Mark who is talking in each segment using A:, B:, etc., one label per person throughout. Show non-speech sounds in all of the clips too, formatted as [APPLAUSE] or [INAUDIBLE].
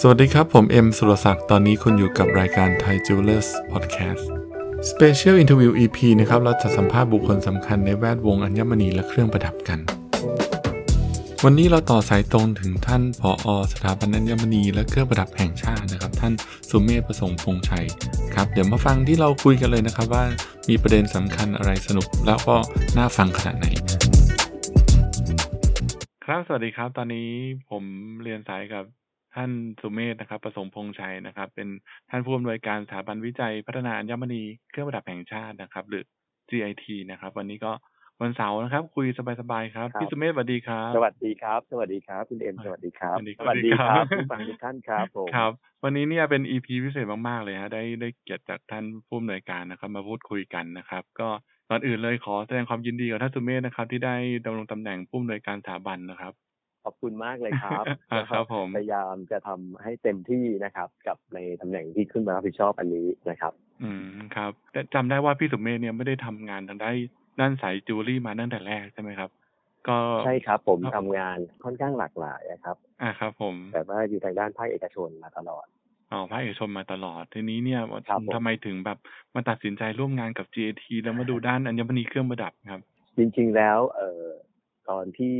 A: สวัสดีครับ ผม เอ็มสุรศักดิ์ตอนนี้คุณอยู่กับรายการ Thai Jewelers Podcast Special Interview EP นะครับ เราจะสัมภาษณ์บุคคลสำคัญในแวดวงอัญมณีและเครื่องประดับกัน วันนี้เราต่อสายตรงถึงท่านผออสถาบันอัญมณีและเครื่องประดับแห่งชาตินะครับ ท่านสุเมธประสงค์พงษ์ชัยครับ เดี๋ยวมาฟังที่เราคุยกันเลยนะครับว่ามีประเด็นสำคัญอะไรสนุก แล้วก็น่าฟังขนาดไหน ครับสวัสดีครับตอนนี้ผมเรียนสายกับ ท่านสุเมธนะครับประสงค์พงษ์ชัยนะครับ เป็นท่านผู้อำนวยการสถาบันวิจัยพัฒนาอัญมณีเครื่องประดับแห่งชาตินะครับ หรือ GIT นะครับ วันนี้ก็วันเสาร์นะครับ คุยสบายๆครับ
B: ครับ
A: พี่สุเมธสวัสดีครับ
B: สวัสดีครับ สวัสดีครับ คุณเอ็ม สวัสดีครับ
A: สวัสดีครับ
B: สวัสดีผู้ฟังทุกท่านครับผม
A: ครับ วันนี้เนี่ยเป็น EP พิเศษมากๆเลยฮะได้ได้เกียรติจากท่านผู้อำนวยการนะครับ มาพูดคุยกันนะครับ ก็ก่อนอื่นเลยขอแสดงความยินดีกับท่านสุเมธนะครับ ที่ได้ดำรงตำแหน่งผู้อำนวยการสถาบันนะครับ
B: ขอบคุณมากเลยครับ
A: อ่าครับผม
B: พยายามจะทำให้เต็มที่นะครับ กับในตำแหน่งที่ขึ้นมารับผิดชอบอันนี้นะครับ
A: อืมครับแต่จำได้ว่าพี่สุเมธเนี่ยไม่ได้ทำงานทางด้านด้านสายจิวเวลรี่มาตั้งแต่แรกใช่ไหมครับ ก็
B: ใช่ครับ ผม
A: ครับ
B: ทำงานค่อนข้างหลากหลายนะครับ
A: อ่าครับ ผม
B: แต่ว่าอยู่ทางด้านภาคเอกชนมาตลอด
A: อ๋อภาคเอกชนมาตลอดทีนี้เนี่ย
B: ครับผม
A: ทำไมถึงแบบมาตัดสินใจร่วมงานกับ GAT แล้วมาดูด้านอัญมณีเครื่องประดับครับ
B: จริงๆแล้วเอ่อตอนที่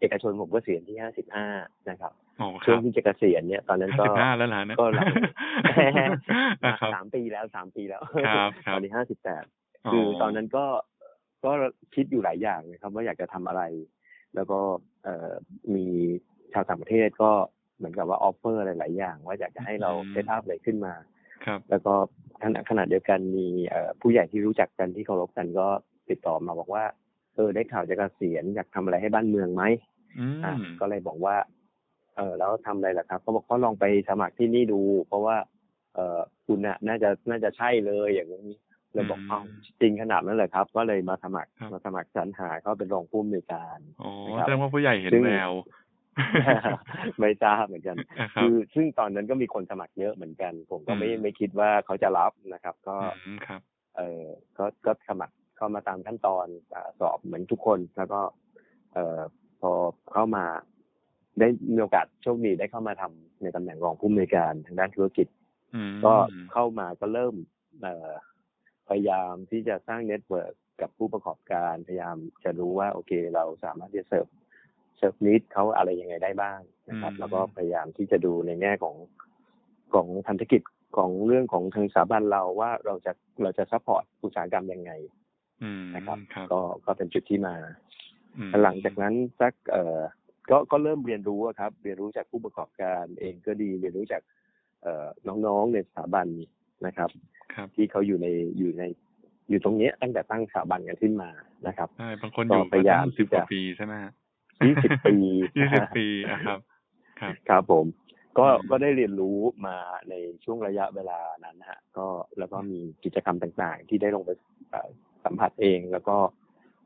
B: เอกชนผมก็เสียณที่ 55 นะครับ
A: อ๋อค
B: ช่ว
A: รั
B: ง
A: บ
B: ที่จะเกษียณเนี่ย ตอนนั้น
A: ห้า
B: ก็
A: สิบห้าแล้วล่ะนะ
B: ก็หลัง [LAUGHS]
A: อ่ะครับ
B: สามปีแล้วสามปีแล้ว
A: ครับครับ
B: ตอนนี้ 58 คือตอนนั้นก็ก็คิดอยู่หลายอย่างนะครับ ว่าอยากจะทำอะไร แล้วก็เอ่อมีชาวต่างประเทศก็เหมือนกับว่าออฟเฟอร์หลาย ๆ อย่าง ว่าอยากจะให้เรา
A: อืม
B: เซตอัพอะไรขึ้นมา
A: ครับ
B: แล้วก็ขณะขณะเดียวกันมีเอ่อผู้ใหญ่ที่รู้จักกันที่เคารพกันก็ติดต่อมาบอกว่าเออได้ข่าวจะเกษียณอยากทำอะไรให้บ้านเมืองไหม
A: อืม
B: อ่ะก็เลยบอกว่า เออแล้วทำอะไรล่ะครับเขาบอกก็ลองไปสมัครที่นี่ดู เพราะว่า เออคุณน่ะน่าจะน่าจะใช่เลยอย่างนี้ เลยบอก
A: ม
B: เอ้า จริงขนาดนั้นเลยครับ ก็เลยมาสมัคร
A: ครับ
B: มาสมัครสรรหาเขาเป็นรองผู้อำนวยการ
A: [LAUGHS] อ๋อ
B: นะครับ
A: แสดงว่าผู้ใหญ่เห็น
B: ซึ่ง
A: แว [LAUGHS] ว
B: ไม่ทราบเหมือนกัน
A: อ่ะครับ
B: คือซึ่งตอนนั้นก็มีคนสมัครเยอะเหมือนกัน ผมก็ไม่ไม่คิดว่าเขาจะรับนะครับ ก็
A: อืมครับ
B: เออก็ก็สมัครเข้ามาตามขั้นตอนอ่าสอบเหมือนทุกคนแล้วก็ เออพอเข้ามา ได้มีโอกาสโชคดีได้เข้ามาทำในตำแหน่งรองผู้อำนวยการทางด้านธุรกิจ
A: อืม
B: ก็เข้ามาก็เริ่มเอ่อพยายามที่จะสร้างเน็ตเวิร์กกับผู้ประกอบการ พยายามจะรู้ว่าโอเคเราสามารถที่จะเสิร์ฟเสิร์ฟนิดเขาอะไรยังไงได้บ้างนะครับ
A: อืม
B: แล้วก็พยายามที่จะดูในแง่ของของพันธกิจของเรื่องของทางสถาบันเราว่าเราจะเราจะซัพพอร์ตอุตสาหกรรมยังไง
A: อืม
B: นะ
A: ค
B: ครั
A: รับ บ
B: ก็ก็เป็นจุดที่มา
A: อืม
B: หลังจากนั้นสักเอ่อก็ก็เริ่มเรียนรู้อะครับ เรียนรู้จากผู้ประกอบการเองก็ดีเรียนรู้จากเอ่อน้องๆในสถาบันนะครับ
A: ครับ
B: ที่เขาอยู่ในอยู่ในอยู่ตรงเนี้ยตั้งแต่ตั้งสถาบันกันขึ้นมา
A: [LAUGHS]
B: นะครับ
A: ใช่บางคนอยู่
B: ก็พยายาม
A: สิบกว่า
B: จะ
A: ปีใช่ไหมฮะ
B: ยี่สิบปี
A: [LAUGHS] ยี่สิบปีอะครับ ครับ
B: [LAUGHS] ครับผม ก็
A: อืม
B: ก็ได้เรียนรู้มาในช่วงระยะเวลานั้นฮะก็แล้วก็มีกิจกรรมต่างๆ ที่ได้ลงไปเอ่อสัมผัสเอง แล้วก็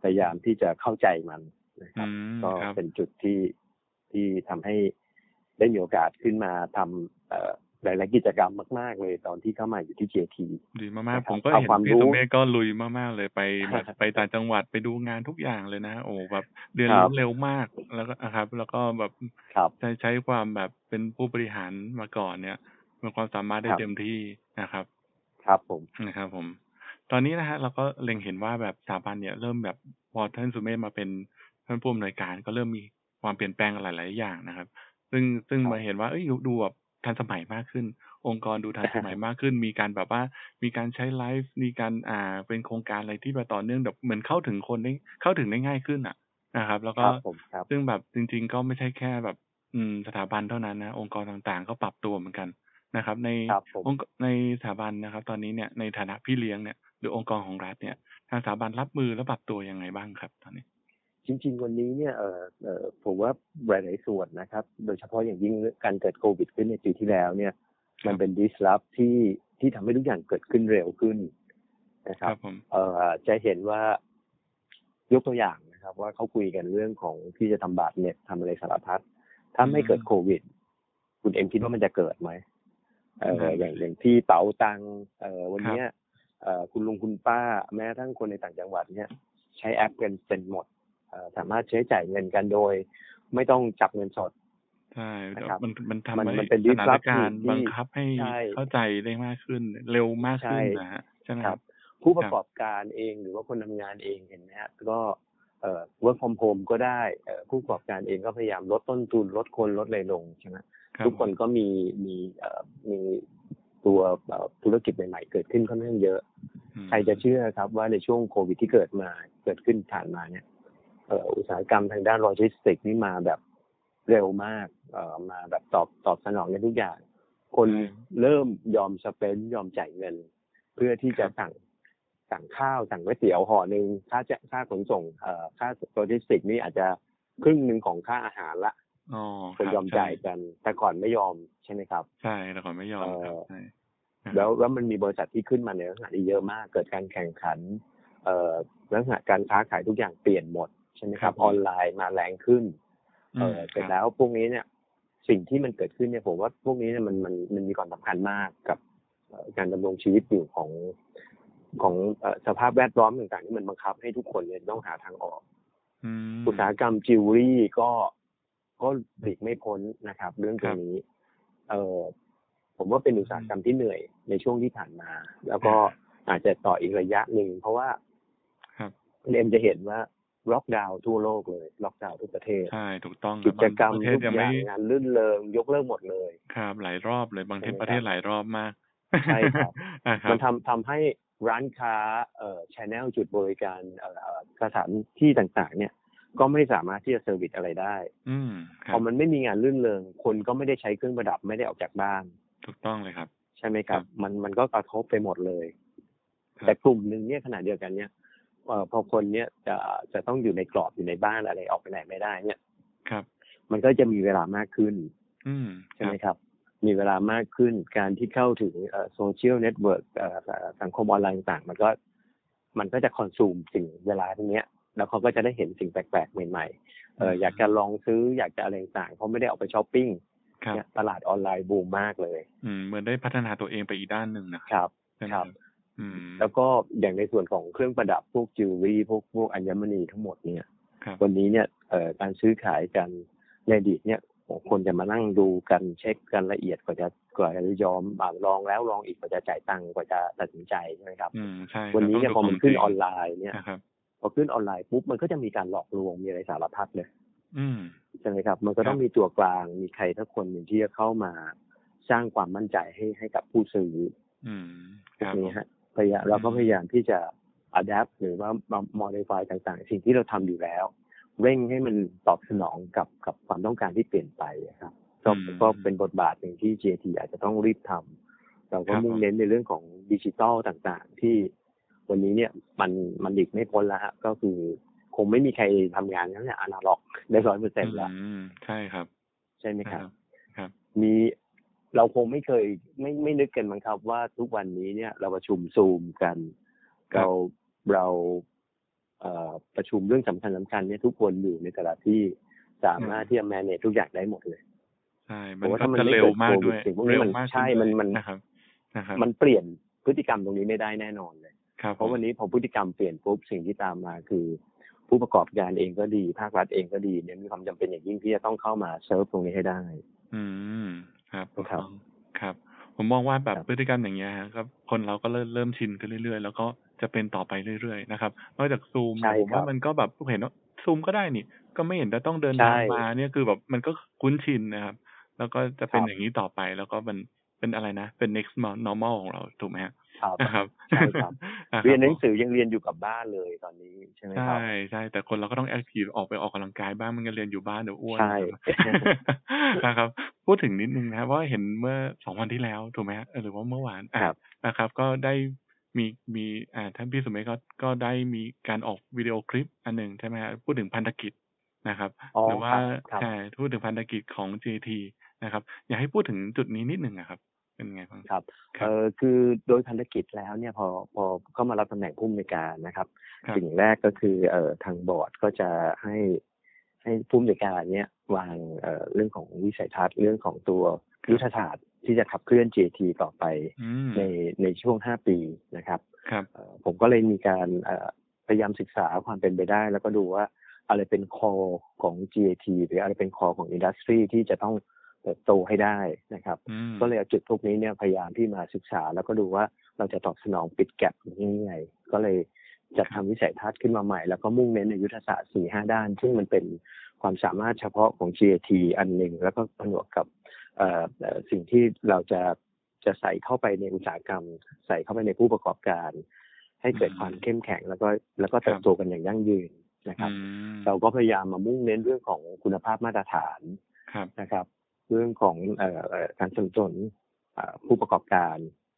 B: พยายามที่จะเข้าใจมันนะค
A: อื
B: รับ
A: ม
B: ก็
A: ครับ
B: เป็นจุดที่ที่ทำให้ได้มีโอกาสขึ้นมาทำเอ่อหลาย ๆ กิจกรรมมาก ๆ เลยตอนที่เข้ามาอยู่ที่ JT
A: ดีมาก
B: นะ
A: ๆ
B: ครับ
A: ผมก็
B: เอา
A: เห็น
B: ความ
A: พี่
B: รู้
A: สุเมฆก็ลุยมากๆเลยไปแบบ
B: ครับ
A: ไปต่างจังหวัดไปดูงานทุกอย่างเลยนะ โอ้แบบเรียน
B: ครั
A: รู้
B: บ
A: เร็วมากแล้วก็อะครับ แล้วก็แบบ
B: ครับ
A: ใช้ใช้ความแบบเป็นผู้บริหารมาก่อนเนี่ยมีความสามารถได้
B: ครับ
A: เต็มที่นะครับ
B: ครับผม
A: นะครับผม ตอนนี้นะฮะเราก็เล็งเห็นว่าแบบสถาบันเนี่ยเริ่มแบบพอท่านสุเมธมาเป็นท่านผู้อำนวยการก็เริ่มมีความเปลี่ยนแปลงหลาย ๆ อย่างนะครับ ซึ่งซึ่ง
B: ครับ
A: มาเห็นว่าเอ้ยดูแบบทันสมัยมากขึ้น องค์กรดูทันสมัยมากขึ้น มีการแบบว่ามีการใช้ไลฟ์มีการอ่าเป็นโครงการอะไรที่แบบต่อเนื่องแบบเหมือนเข้าถึงคนได้เข้าถึงได้ง่ายขึ้นอ่ะนะครับ แล้วก็
B: ครับผมครับ
A: ซึ่งแบบจริง ๆ ก็ไม่ใช่แค่แบบ อืมสถาบันเท่านั้นนะองค์กรต่างๆ ก็ปรับตัวเหมือนกันนะครับ ใน
B: ครับผม
A: องค์ในสถาบันนะครับ ตอนนี้เนี่ยในฐานะพี่เลี้ยงเนี่ยหรือองค์กรของรัฐเนี่ย ทางสถาบันรับมือและปรับตัวยังไงบ้างครับ ตอนนี้
B: จริง ๆ วันนี้เนี่ยเออเออผมว่าหลายๆส่วนนะครับ โดยเฉพาะอย่างยิ่งการเกิดโควิดขึ้นในปีที่แล้วเนี่ย มันเป็นดิสลอฟที่ที่ทำให้ทุกอย่างเกิดขึ้นเร็วขึ้นนะค
A: ครับ รับผม
B: เอ่อจะเห็นว่ายกตัวอย่างนะครับ ว่าเขาคุยกันเรื่องของที่จะทำบาทเน็ตทำอะไรสารพัดถ้าไม่
A: อืม
B: เกิดโควิด คุณเอ็มคิดว่ามันจะเกิดไหมเอ่
A: นั่
B: อน
A: สิ
B: อย่างอย่างที่เป๋าตังเอ่อวันเนี้ยเอ่อคุณลุงคุณป้า แม้กระทั้งคนในต่างจังหวัดเนี่ย ใช้แอปกันเป็นหมดเอ่อสามารถใช้จ่ายเงินกันโดย ไม่ต้องจับเงินสด
A: ใช่แต่
B: นะครับ
A: มันมัน
B: มัน
A: ทำให้
B: มันเป็น
A: ส
B: disruptive
A: ถานการณ์
B: ที่
A: บังคับให้
B: ใช่
A: เข้าใจได้มากขึ้น เร็วมากขึ้น
B: ใช่
A: นะฮะใช่ไหม
B: ค
A: ค
B: รั
A: รั
B: บบ ผู้ประกอบการเองหรือว่าคนทำงานเองเห็นไหมฮะก็เอ่อ work from home ก็ได้เอ่อผู้ประกอบการเองก็พยายามลดต้นทุนลดคนลดอะไรลงใช่ไหม
A: รับ
B: ทุกคนก็มีมีเอ่อมีตัวเอ่อธุรกิจใหม่ๆ เกิดขึ้นค่อนข้างเยอะ
A: อืม
B: ใครจะเชื่อครับว่าในช่วงโควิดที่เกิดมาเกิดขึ้นผ่านมาเนี่ยเอ่ออุตสาหกรรมทางด้านโลจิสติกส์นี่มาแบบเร็วมากเอ่อมาแบบตอบตอบสนองในทุกอย่าง คน
A: ใช่
B: เริ่มยอมสเปนยอมจ่ายเงิน เพื่อที่
A: ค
B: จะ
A: รับ
B: สั่งสั่งข้าวสั่งก๋วยเตี๋ยวห่อหนึ่งค่าจะค่าขนส่งเอ่อค่าโลจิสติกส์นี่อาจจะครึ่งหนึ่งของค่าอาหารละ
A: อ๋อ
B: คน
A: รับ
B: ยอมจ่ายกัน แต่ก่อนไม่ยอมใช่ไหมครับ
A: ใช่แต่ก่อนไม่ยอมครับใช่นะครับ
B: แล้วแล้วมันมีบริษัทที่ขึ้นมาในลักษณะที่เยอะมาก เกิดการแข่งขัน เอ่อลักษณะการค้าขายทุกอย่างเปลี่ยนหมดใช่ไหมค
A: ครั
B: รั
A: บบ ผม
B: ออนไลน์มาแรงขึ้น เออ
A: ม
B: เสร็จ
A: ครับ
B: แล้วพวกนี้เนี่ย สิ่งที่มันเกิดขึ้นเนี่ยผมว่าพวกนี้เนี่ยมันมันมันมีความสำคัญมากกับเอ่อการดำรงชีวิตอยู่ของของเอ่อสภาพแวดล้อมต่างๆที่มันบังคับให้ทุกคนเนี่ยต้องหาทางออก
A: อืม
B: อุตสาหกรรมจิวเวลรี่ก็ก็หลีกไม่พ้นนะครับ เรื่องตรงนี้ เออผมว่าเป็นอุตสาหกรรมที่เหนื่อยในช่วงที่ผ่านมา แล้วก็อาจจะต่ออีกระยะหนึ่งเพราะว่า
A: ครับ
B: เอ็มจะเห็นว่าล็อกดาวน์ทั่วโลกเลยล็อกดาวน์ทุกประเทศ
A: ใช่ถูกต้องค
B: กิ
A: บ
B: จกรรม
A: ประเท
B: ทุ
A: ศ
B: ก
A: ยัง
B: อ
A: ไม่
B: ย่างงานลื่นเริงยกเลิกหมดเลย
A: ครับหลายรอบเลยบางที
B: ใช่ไหม
A: ประเทศ
B: ครับ
A: หลายรอบมาก
B: ใช่ครับ
A: อ่ะครั
B: มั
A: บ
B: นทำทำให้ร้านค้าเอ่อชแนลจุดบริการเอ่อเอ่อสถานที่ต่างๆ เนี่ย ก็ไม่สามารถที่จะเซอร์วิสอะไรได้
A: อืมค
B: พ
A: รั
B: อบ มันไม่มีงานรื่นเริง คนก็ไม่ได้ใช้เครื่องประดับไม่ได้ออกจากบ้าน
A: ถูกต้องเลยครับ
B: ใช่ไหมครับ มันมันก็กระทบไปหมดเลย
A: ครับ
B: แต่กลุ่มหนึ่งเนี่ยขณะเดียวกันเนี่ยเอ่อพอคนเนี่ยจะจะต้องอยู่ในกรอบอยู่ในบ้านอะไรออกไปไหนไม่ได้เนี่ย
A: ครับ
B: มันก็จะมีเวลามากขึ้น
A: อืม
B: ใช่ไหมครับ มีเวลามากขึ้นการที่เข้าถึงโซเชียลเน็ตเวิร์กสังคมออนไลน์ต่างๆ มันก็มันก็จะคอนซูมสิ่งเวลาตรงเนี้ย แล้วเขาก็จะได้เห็นสิ่งแปลกๆใหม่ๆเอออยากจะลองซื้ออยากจะอะไรต่างๆเพราะไม่ได้ออกไปช้อปปิ้ง
A: ครับ
B: เนี่ยตลาดออนไลน์บูมมากเลย
A: อืมเหมือนได้พัฒนาตัวเองไปอีกด้านหนึ่งนะครับ
B: ครับ
A: ใช่ไหม
B: ครับ
A: อืม
B: แล้วก็อย่างในส่วนของเครื่องประดับพวกจิวเวลรี่พวกพวกอัญมณีทั้งหมดเนี่ย
A: ครับ
B: วันนี้เนี่ยเอ่อการซื้อขายกันในอดีตเนี่ยคนจะมานั่งดูกันเช็คกันละเอียดกว่าจะกว่าจะยอมอ่าลองแล้วลองอีกกว่าจะจ่ายตังค์กว่าจะตัดสินใจใช่ไหมครับ
A: อืมใช่
B: วันนี้เนี่ยพอมันขึ้นออน
A: ไลน์
B: ไลน์เนี่ย
A: นะครับ
B: พอขึ้นออนไลน์ปุ๊บมันก็จะมีการหลอกลวงมีอะไรสารพัดเลย
A: อืม
B: ใช่ไหมครับ มันก็ต้อ
A: ค
B: ง
A: รับ
B: มีตัวกลาง มีใครทักคนหนึ่งที่จะเข้ามาสร้างความมั่นใจให้ให้กับผู้ซื้อ
A: อืมค
B: พ
A: รั
B: วก
A: บ
B: นี้ฮะพยายามเราก็
A: อืม
B: พยายามที่จะ adapt หรือว่ามา modify ต่างๆ สิ่งที่เราทำอยู่แล้ว เร่งให้มันตอบสนองกับกับความต้องการที่เปลี่ยนไปอะครับก็ก็เป็นบทบาทหนึ่งที่ JT อาจจะต้องรีบทำเราก็มุ่งเน้นในเรื่องของดิจิตอลต่างๆ ที่วันนี้เนี่ยมันมันหลีกไม่พ้นแล้วฮะก็คือคงไม่มีใครทำงานนั้นเนี่ยอนาล็อกได้ร้อยเปอร์เซ็นต์แล้ว
A: อืมใช่ครับ
B: ใช่ไหม
A: ใช่
B: ค
A: ครับ รับ
B: มีเราคงไม่เคยไม่ไม่นึกกันมั้งครับว่าทุกวันนี้เนี่ย เราประชุมซูมกัน
A: ครับ
B: เราเราเอ่อประชุมเรื่องสำคัญสำคัญเนี่ยทุกคนอยู่ในแต่ละที่สามารถที่จะ manage ทุกอย่างได้หมดเลย
A: ใช่
B: ผ
A: มัน
B: มว่า
A: ก็
B: ถ้ามัน
A: จะ
B: ไม่
A: เร็ว
B: เกิด
A: มากด้วย
B: โควิดสิ่งพวกนี้
A: เร็ว
B: มัน
A: มาก
B: ใช่
A: ขึ้
B: มันมัน
A: นะครับนะครับ
B: มันเปลี่ยนพฤติกรรมตรงนี้ไม่ได้แน่นอนเลย
A: ครับ
B: เพราะวันนี้พอพฤติกรรมเปลี่ยนปุ๊บสิ่งที่ตามมาคือ ผู้ประกอบการเองก็ดี ภาครัฐเองก็ดีเนี่ยมีความจำเป็นอย่างยิ่งที่จะต้องเข้ามาเซิร์ฟตรงนี้ให้ได้
A: อืมครับถูก
B: ครับ
A: ต้องครับ ผมมองว่าแบบ
B: ครับ
A: พฤติกรรมอย่างเงี้ยฮะครับคนเราก็เริ่มเริ่มชินขึ้นเรื่อยๆ แล้วก็จะเป็นต่อไปเรื่อยๆนะครับนอกจากซูม
B: ใช่
A: ผม
B: ครั
A: ว่า
B: บ
A: มันก็แบบเห็นว่าซูมก็ได้นี่ ก็ไม่เห็นจะต้องเดิน
B: ใช่
A: ทางมาเนี่ยคือแบบมันก็คุ้นชินนะครับ แล้วก็จะเป็น
B: ครับ
A: อย่างนี้ต่อไปแล้วก็มันเป็นอะไรนะเป็น next normal ของเราถูกไหมฮะ
B: ครับ
A: นะครับ
B: ใช่ครับ
A: [LAUGHS] อ่ะคบ
B: เรียนหนังสือยังเรียนอยู่กับบ้านเลยตอนนี้ใช่ไหมครั
A: ใช่
B: บ
A: ใช่แต่คนเราก็ต้องแอคทีฟออกไปออกกำลังกายบ้างไมันก็เรียนอยู่บ้านเดี๋ยวอ้วน
B: ใช่
A: [LAUGHS] นะครับ พูดถึงนิดนึงนะครับว่าเห็นเมื่อสองวันที่แล้วถูกไหมฮะเออหรือว่าเมื่อวานอ่ะ
B: ครับ
A: นะครับ ก็ได้มีมีอ่าท่านพี่สมัยก็ก็ได้มีการออกวิดีโอคลิปอันหนึ่งใช่ไหมฮะพูดถึงพันธกิจนะครับ
B: อ๋อ
A: หรือว่า
B: ครับครับ
A: ใช่พูดถึงพันธกิจของ JT นะครับ อยากให้พูดถึงจุดนี้นิดนึงนะครับ เป็นไงบ้าง
B: ครับ
A: ครับ
B: เออคือโดยพันธกิจแล้วเนี่ยพอพอเข้ามารับตำแหน่งผู้อำนวยการนะครับ
A: ครับ
B: สิ่งแรกก็คือเอ่อทางบอร์ดก็จะให้ให้ผู้อำนวยการเนี่ยวางเอ่อเรื่องของวิสัยทัศน์เรื่องของตัวยุทธศาสตร์ที่จะขับเคลื่อน JT ต่อไป
A: อืม
B: ในในช่วง 5 ปีนะครับ
A: ครับ
B: เอ่อผมก็เลยมีการเอ่อพยายามศึกษาความเป็นไปได้ แล้วก็ดูว่า อะไรเป็นคอของ GAT หรืออะไรเป็นคอของอินดัสทรีที่จะต้องเติบโตให้ได้นะครับ
A: อืม
B: ก็เลยเอาจุดพวกนี้เนี่ยพยายามที่มาศึกษา แล้วก็ดูว่าเราจะตอบสนองปิดแกลบยังไงก็เลยจัดทำวิสัยทัศน์ขึ้นมาใหม่ แล้วก็มุ่งเน้นในยุทธศาสตร์4ีห้าด้าน ซึ่งมันเป็นความสามารถเฉพาะของ GAT อันหนึ่งแล้วก็ผนวกกับเอ่อเอ่อสิ่งที่เราจะจะใส่เข้าไปในอุตสาหกรรม ใส่เข้าไปในผู้ประกอบการ ให้เกิดความเข้มแข็งแล้วก็แล้วก็เติบโตกันอย่างยั่งยืนนะครับ
A: อืม
B: เราก็พยายามมามุ่งเน้นเรื่องของคุณภาพมาตรฐาน
A: ครับ
B: นะครับเรื่องของเอ่อเอ่อการสนับสนุนเอ่อผู้ประกอบการ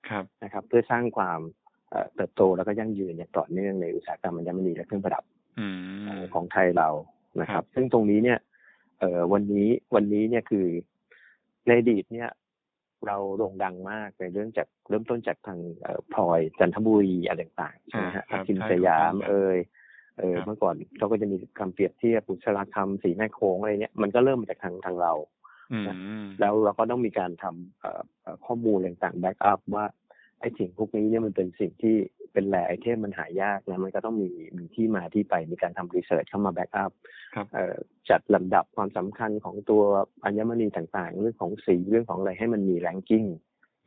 A: ครับ
B: นะครับเพื่อสร้างความเอ่อเติบโตแล้วก็ยั่งยืนอย่างต่อเนื่องในอุตสาหกรรมอัญมณีและเครื่องประดับ
A: อืม
B: ของไทยเรานะค
A: ครั
B: รับ
A: บ
B: ซึ่งตรงนี้เนี่ยเอ่อวันนี้วันนี้เนี่ยคือในอดีตเนี่ยเราโด่งดังมากในเรื่องจากเริ่มต้นจากทางเอ่อพลอยจันทบุรีอะไรต่างๆใช่ไหมฮะ
A: อ่าครับ
B: ทิม
A: ใช่
B: สยาม
A: ถูกต้องครับ
B: เอ่ยเออ
A: ครับ
B: เมื่อก่อนเขาก็จะมีคำเปรียบเทียบบุษราคำสีแม่โค้งอะไรเนี่ยมันก็เริ่มมาจากทางทางเรา
A: อืม
B: แล้วเราก็ต้องมีการทำเอ่อเอ่อข้อมูลต่างๆแบ็กอัพว่าไอ้สิ่งพวกนี้เนี่ยมันเป็นสิ่งที่เป็นแหล่ไอเทมมันหายากนะมันก็ต้องมีมีที่มาที่ไปมีการทำรีเสิร์ชเข้ามาแบ็กอัพ
A: ครับ
B: เอ่อจัดลำดับความสำคัญของตัวอัญมณีต่างๆ เรื่องของสีเรื่องของอะไรให้มันมีแรงกิ้ง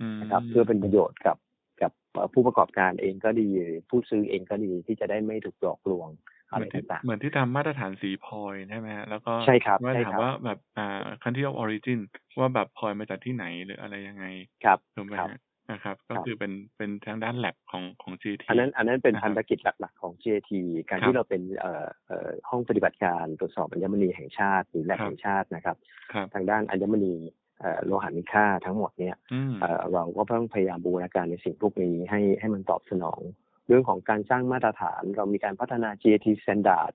A: อืม
B: นะครับเพื่อเป็นประโยชน์กับกับเอ่อผู้ประกอบการเองก็ดีหรือผู้ซื้อเองก็ดีที่จะได้ไม่ถูกหลอกลวงอะ
A: เห
B: ไร
A: มือนที่
B: ต่าง
A: เหมือนที่ตามมาตรฐานสีพลอยใช่ไหมฮะแล้วก็
B: ๆ ใช่ครับ
A: ว่า
B: ใช่
A: ถาม
B: ครับ
A: ว่าแบบอ่า country of origin ว่าแบบพลอยมาจากที่ไหนหรืออะไรยังไง
B: ครับ
A: ถูกไหม
B: ครับ
A: ฮะนะครับ ก็
B: ครับ
A: คือเป็นเป็นทางด้าน lab ของของ GT
B: อันนั้นอันนั้นเป็น
A: นะครับ
B: พันธกิจหลัก ๆ ของ GAT การ
A: ครับ
B: ที่เราเป็นเอ่อเอ่อห้องปฏิบัติการตรวจสอบอัญมณีแห่งชาติหรือแหล่ง
A: ครับ
B: แห่งชาตินะครับ
A: ครับ
B: ทางด้านอัญมณีเอ่อโลหะมีค่าทั้งหมดเนี่ย
A: อืม
B: เอ่อเราก็ต้องพยายามบูรณาการในสิ่งพวกนี้ให้ให้มันตอบสนอง เรื่องของการสร้างมาตรฐาน เรามีการพัฒนา GAT Standard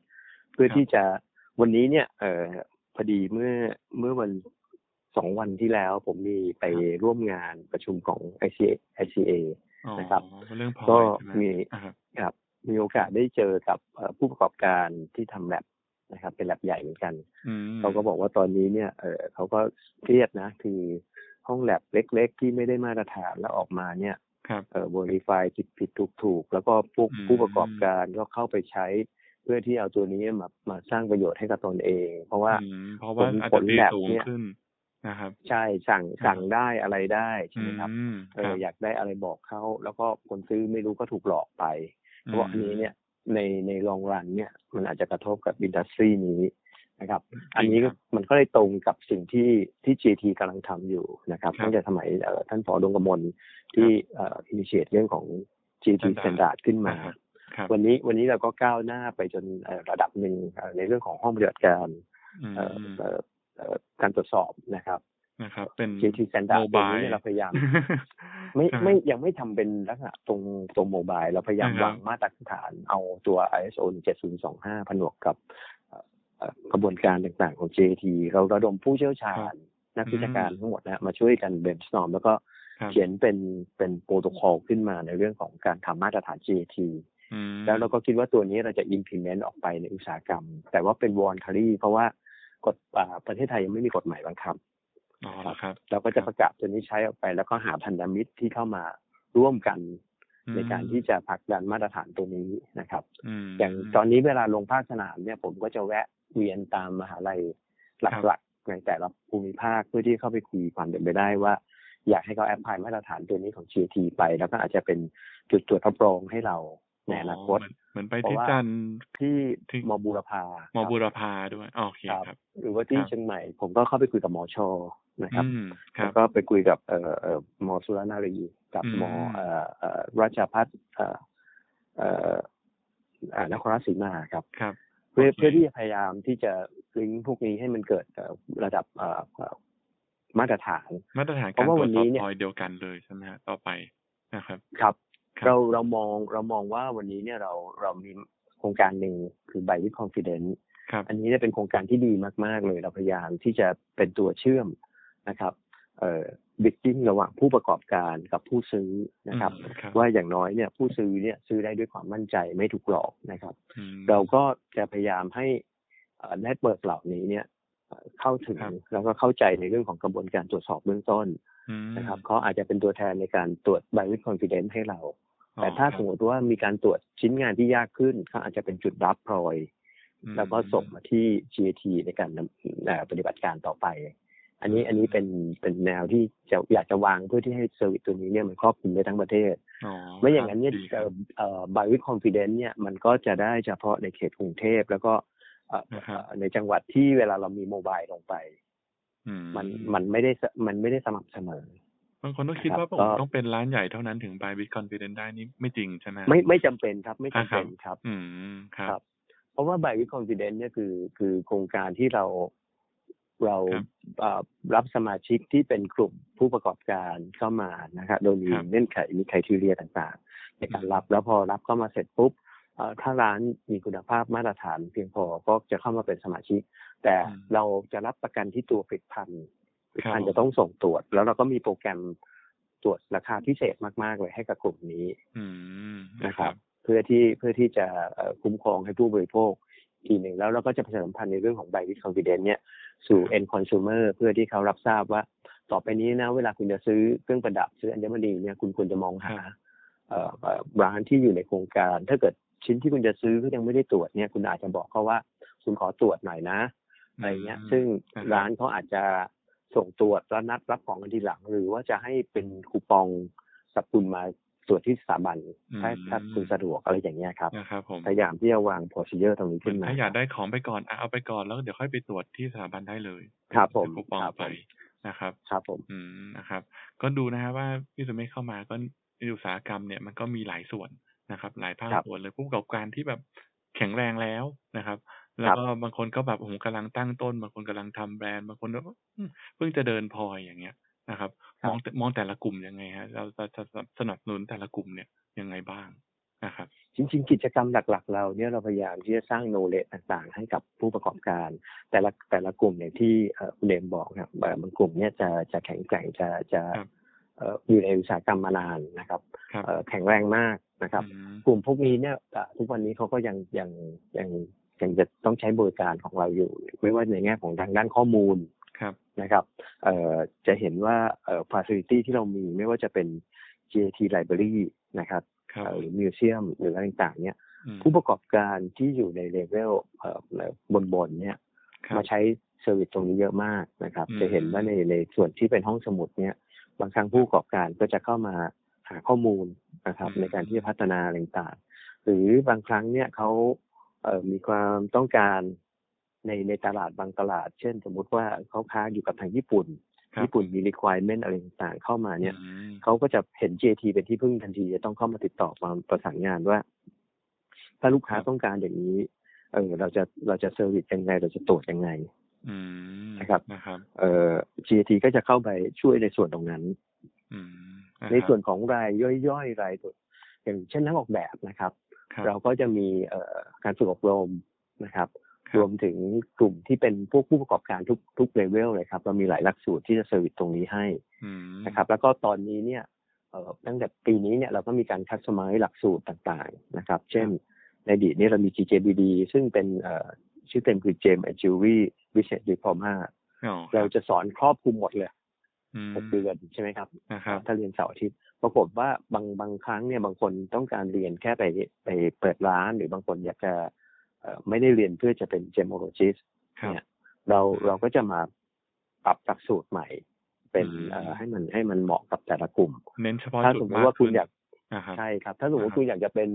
B: เพื่อที่จะวันนี้เนี่ยเอ่อพอดีเมื่อเมื่อวันสองวันที่แล้ว ผมมีไปร่วมงานประชุมของ ICA ICA
A: อ๋อ
B: นะครับ
A: เรื่องพลอย
B: ก็
A: ใช่ไห
B: มี
A: อ่าครับ
B: ครับมีโอกาสได้เจอกับเอ่อผู้ประกอบการที่ทำแลบนะครับเป็นแลบใหญ่เหมือนกัน
A: อืม
B: เขาก็บอกว่าตอนนี้เนี่ยเออเขาก็เครียดนะ คือห้องแลบเล็ก ๆ ที่ไม่ได้มาตรฐานแล้วออกมาเนี่ย
A: ครับ
B: เออบริไฟผิดผิดถูกถูกๆ แล้วก็พวก
A: อืม
B: ผู้ประกอบการก็เข้าไปใช้ เพื่อที่เอาตัวนี้มามาสร้างประโยชน์ให้กับตนเอง เพราะว่า
A: อืมเพราะว่า
B: ผล
A: อาจจะ
B: ผ
A: ตี
B: ล lab
A: สูง
B: เนี่ย
A: ขึ้นนะครับ
B: ใช่สั่งสั่งได้อะไรได้ใช่ไหมครับ
A: อืม
B: เอ
A: ค
B: อ
A: รับ
B: อยากได้อะไรบอกเขาแล้วก็คนซื้อไม่รู้ก็ถูกหลอกไป เพราะว่าอันนี้เนี่ยในในลองรันเนี่ยมันอาจจะกระทบกับอินดัสทรีนี้นะครับ อันนี้
A: จริงค
B: ก็
A: รับ
B: มันก็เลยตรงกับสิ่งที่ที่ GT กำลังทำอยู่นะครับ
A: ครับ
B: ตั้งแต่สมัยเอ่อท่านผอดวงกมลที่เอ่ออินิเชตเรื่องของ GT
A: Standard
B: Standard ขึ้นมา
A: อ่าฮะ ครับ
B: วันนี้วันนี้เราก็ก้าวหน้าไปจนเอ่อระดับหนึ่งเอ่อในเรื่องของห้องปฏิบัติการ
A: อืม
B: เอ่อเอ่อเอ่อการตรวจสอบนะครับ
A: นะครับ เป็น
B: GT Standard ตรงนี้
A: mobile
B: เนี่ยเราพยายาม ไม่
A: ครับ
B: ไม่ยังไม่ทำเป็นลักษณะตรงตรงโมบายเราพยายาม
A: อ่าฮะ
B: วางมาตรฐานเอาตัว ISO 7025 ผนวกกับเอ่อเอ่อกระบวนการต่างๆของ JT เราระดมผู้เชี่ยวชาญ นักวิชาการทั้งหมดนะมาช่วยกันเบนช์นอมแล้วก็
A: ครับ
B: เขียนเป็นเป็นโปรโตคอลขึ้นมาในเรื่องของการทำมาตรฐาน JT
A: อืม
B: แล้วเราก็คิดว่าตัวนี้เราจะ implement ออกไปในอุตสาหกรรม แต่ว่าเป็นวอนคารีเพราะว่ากฎอ่าประเทศไทยยังไม่มีกฎหมายบังคับ
A: อ๋อเหรอครับ
B: เราก็จะประกาศตัวนี้ใช้ออกไป แล้วก็หาพันธมิตรที่เข้ามาร่วมกัน ในการที่จะผลักดันมาตรฐานตัวนี้นะครับ
A: ม
B: อย่างตอนนี้เวลาลงภาคสนามเนี่ยผมก็จะแวะเวียนตามมหาลัยหลักๆในแต่ละภูมิภาคเพื่อที่เข้าไปคุยความเป็นไปได้ว่า อยากให้เขาแอพพลายมาตรฐานตัวนี้ของ GT ไป แล้วก็อาจจะเป็นจุดตรวจรับรองให้เราในอนาคต
A: อ๋อเหมือนเหมือนไป
B: เพราะ
A: ที่
B: ว่า
A: จันทร์
B: ที่
A: ที่
B: มอบูรพาค
A: มอ
B: รับ
A: บุรพาด้วยอ๋อโอเค
B: ครับ
A: ครับ
B: หรือว่าที่
A: ครับ
B: เชียงใหม่ ผมก็เข้าไปคุยกับหมอชอนะครับ
A: อืมครั
B: แล้
A: บ
B: วก็ไปคุยกับเอ่อเอ่อหมอสุรนารีกับ
A: อืม
B: หมอเอ่อเอ่อราชพัฒน์เอ่อเอ่อเอ่อนครราชสีมาครับ
A: ครับ
B: เพื่อ
A: โอเค
B: เพื่อที่จะพยายามที่จะลิงก์พวกนี้ให้มันเกิดเอ่อระดับเอ่อเอ่อมาตรฐาน
A: มาตรฐาน
B: เพ
A: การ
B: ราะว่า
A: ตร
B: วั
A: วจส
B: นนี้
A: อบ
B: เนี่ย
A: พลอยเดียวกันเลยใช่ไหมฮะต่อไปนะครับ
B: ครับ
A: ครับ
B: เราเรามองเรามองว่าวันนี้เนี่ยเราเรามีโครงการหนึ่งคือใบวิคอนฟิเดน
A: ครับ
B: อันนี้เนี่ยเป็นโครงการที่ดีมาก ๆ เลย เราพยายามที่จะเป็นตัวเชื่อมนะครับเอ่อบิดกิ้งระหว่างผู้ประกอบการกับผู้ซื้อนะครับ
A: อืมครับ
B: ว่าอย่างน้อยเนี่ยผู้ซื้อเนี่ยซื้อได้ด้วยความมั่นใจไม่ถูกหลอกนะครับ
A: อืม
B: เราก็จะพยายามให้เน็ตเวิร์กเหล่านี้เนี่ยเอ่อเข้าถึง
A: ครับ
B: แล้วก็เข้าใจในเรื่องของกระบวนการตรวจสอบเบื้องต้น
A: อืม
B: นะครับเขาอาจจะเป็นตัวแทนในการตรวจ b i วิ c คอนฟิเดนซ์ให้เรา
A: อ๋อ
B: แต่ถ้า
A: ค
B: ส
A: รับ
B: มมติว่ามีการตรวจชิ้นงานที่ยากขึ้นเขาอาจจะเป็นจุดรับพลอย แล้วก็ส่งมาที่ GAT ในการดำเอ่อปฏิบัติการต่อไป อันนี้อันนี้เป็นเป็นแนวที่จะอยากจะวางเพื่อที่ให้เซอร์วิสตัวนี้เนี่ยมันครอบคลุมได้ทั้งประเทศ ไม่อย่างนั้นเนี่ย
A: ดีค
B: เอ่
A: รับ
B: อเอ่อบวิดคอนฟิเดนซ์เนี่ยมันก็จะได้เฉพาะในเขตกรุงเทพแล้วก็เอ่อ
A: นะครับ
B: เอ่อในจังหวัดที่เวลาเรามีโมบายลงไป
A: อื
B: มันมันไม่ได้สมันไม่ได้สม่ำเสมอ
A: บางคนต้องคิด
B: ครับ
A: ว่าผม
B: ก็
A: ต้องเป็นร้านใหญ่เท่านั้นถึง buy with confidence ได้นี่ไม่จริงใช่ไหม
B: ไม่ไม่จำเป็นครับไม่จำเป็น
A: อ่า
B: ครับ
A: อืมครับ
B: ครับ เพราะว่าบ y w i t h confidence เนี่ยคือคือโครงการที่เราเรา
A: ครับ
B: เอ่อรับสมาชิกที่เป็นกลุ่มผู้ประกอบการเข้ามานะครับโดยมี
A: ครับ
B: เงื่อนไขมีไคทีเรียต่างๆ ในการ
A: อืม
B: รับแล้วพอรับเข้ามาเสร็จปุ๊บเอ่อถ้าร้านมีคุณภาพมาตรฐานเพียงพอก็จะเข้ามาเป็นสมาชิก แต่เราจะรับประกันที่ตัวผลิตภัณฑ์ผลิตภัณฑ์จะต้องส่งตรวจ แล้วเราก็มีโปรแกรมตรวจราคาพิเศษมากๆเลยให้กับกลุ่มนี้
A: อืม
B: นะครับ เพื่อที่เพื่อที่จะเอ่อคุ้มครองให้ผู้บริโภคอีกทีหนึ่งแล้วเราก็จะประชาสัมพันธ์ในเรื่องของ b บ with confidence เนี่ยสู่ end consumer เพื่อที่เขารับทราบว่า ต่อไปนี้นะ เวลาคุณจะซื้อเครื่องประดับซื้ออัญมณีเนี่ยคุณควรจะมองหาเอ่อเอ่อร้านที่อยู่ในโครงการ ถ้าเกิดชิ้นที่คุณจะซื้อก็ยังไม่ได้ตรวจเนี่ยคุณอาจจะบอกเขาว่า คุณขอตรวจหน่อยนะอะไรเงี้ย ซึ่ง
A: ครับ
B: ร้านเขาอาจจะส่งตรวจแล้วนัดรับของกันทีหลัง หรือว่าจะให้เป็นคูปองสับคุณมาตรวจที่สถาบัน ถ้า
A: อืม
B: ถ้าคุณสะดวกอะไรอย่างเงี้ยครับ
A: นะครับผม
B: พยายามที่จะวางโพซิเยอร์ตรงนี้
A: เหมื
B: ขึ้
A: อน น
B: มา
A: ถ้าอยากได้ของไปก่อนอ่ะเอาไปก่อนแล้วเดี๋ยวค่อยไปตรวจที่สถาบันได้เลย
B: ครับผม
A: คูปอง
B: ครับผ
A: ไป
B: ม
A: นะครับ
B: ครับผม
A: อืมนะครับ ก็ดูนะฮะว่าพี่สุเมฆเข้ามาก็อุตสาหกรรมเนี่ยมันก็มีหลายส่วนนะครับ หลายภาคส่วนเลยผู้ประกอบการที่แบบแข็งแรงแล้วนะครับ แล้วก็บางคนก็แบบโอ้โหกำลังตั้งต้น บางคนกำลังทำแบรนด์บางคนก็อืมเพิ่งจะเดินพลอยอย่างเงี้ยนะครับ มองมองแต่ละกลุ่มยังไงฮะเราจะจะสนับสนุนแต่ละกลุ่มเนี่ยยังไงบ้างนะครับ
B: จริง ๆ กิจกรรมหลัก ๆ เราเนี่ยเราพยายามที่จะสร้างโนเลตต่างๆ ให้กับผู้ประกอบการ แต่ละแต่ละกลุ่มอย่างที่เอ่อคุณเดมบอกนะครับเอ่อบางกลุ่มเนี่ยจะจะแข็งแกร่งจะจะ
A: ครับ
B: เอ่ออยู่ในอุตสาหกรรมมานานนะครับ
A: ครับ
B: เอ่อแข็งแรงมากนะครับ
A: อืม
B: กลุ่มพวกนี้เนี่ยอ่ะทุกวันนี้เขาก็ยังยังยังยังจะต้องใช้บริการของเราอยู่ ไม่ว่าในแง่ของทางด้านข้อมูล
A: ครับ
B: นะครับเอ่อจะเห็นว่าเอ่อ facility ที่เรามีไม่ว่าจะเป็น JT Library นะครับ
A: ครับ
B: เอ่อหรือมิวเซียมหรืออะไรต่างๆเนี่ย
A: อืม
B: ผู้ประกอบการที่อยู่ในเลเวลเอ่อบนบนๆเนี่ย
A: ครับ
B: มาใช้เซอร์วิสตรงนี้เยอะมากนะครับ
A: อืม
B: จะเห็นว่าในในส่วนที่เป็นห้องสมุดเนี่ยบางครั้งผู้ประกอบการก็จะเข้ามาหาข้อมูลนะครับในการที่จะพัฒนาอะไรต่างๆหรือบางครั้งเนี่ยเขาเอ่อมีความต้องการในในตลาดบางตลาด เช่น สมมุติว่าเขาค้าอยู่กับทางญี่ปุ่น
A: ครับ
B: ญี่ปุ่นมี requirement อะไรต่างๆเข้ามาเนี่ย
A: อืม
B: เขาก็จะเห็น JT เป็นที่พึ่งทันทีจะต้องเข้ามาติดต่อมาประสานงานว่า ถ้าลูกค้าต้องการอย่างนี้เออเราจะเราจะเซอร์วิสยังไง เราจะตรวจยังไง
A: อืม
B: นะครับ
A: นะครับ
B: เออ JT ก็จะเข้าไปช่วยในส่วนตรงนั้น
A: อืมะครับ
B: ในส่วนของรายย่อยๆ รายตัวอย่างเช่นนักออกแบบนะครับ
A: คบ
B: เราก็จะมีเอ่อการฝึกอบรมนะครับ
A: ครับ
B: รวมถึงกลุ่มที่เป็นพวกผู้ประกอบการทุกทุกเลเวลเลยครับเรามีหลายหลักสูตรที่จะเซอร์วิสตรงนี้ให้
A: อืม
B: นะครับแล้วก็ตอนนี้เนี่ยเอ่อตั้งแต่ปีนี้เนี่ยเราก็มีการคัดสมัยหลักสูตรต่างๆนะครับ เช่นในอดีตเนี่ยเรามี GJBD ซึ่งเป็นเอ่อชื่อเต็มคือ James and Jewelry Business Diploma
A: อ๋อคบ
B: เราจะสอนครอบคลุมหมดเลย
A: อืม
B: 6 เดือนใช่ไหมครับ
A: นะครับ
B: ถ้าเรียนเสาร์อาทิตย์ปรากฏว่าบางบางครั้งเนี่ยบางคนต้องการเรียนแค่ไปไปเปิดร้าน หรือบางคนอยากจะเอ่อไม่ได้เรียนเพื่อจะเป็น gemologist
A: ครับ
B: เนี่ยเราเราก็จะมาปรับหลักสูตรใหม่ เป็น
A: อืม
B: เอ่อให้มันให้มันเหมาะกับแต่ละกลุ่ม
A: เน้นเฉพาะ
B: ถ้า
A: จุด
B: สมมติว่าคุณอยาก
A: นะครับ
B: ใช่ครับ ถ้าสมมติ
A: อ่า
B: ว่า
A: ฮะ
B: คุณอยากจะเป็น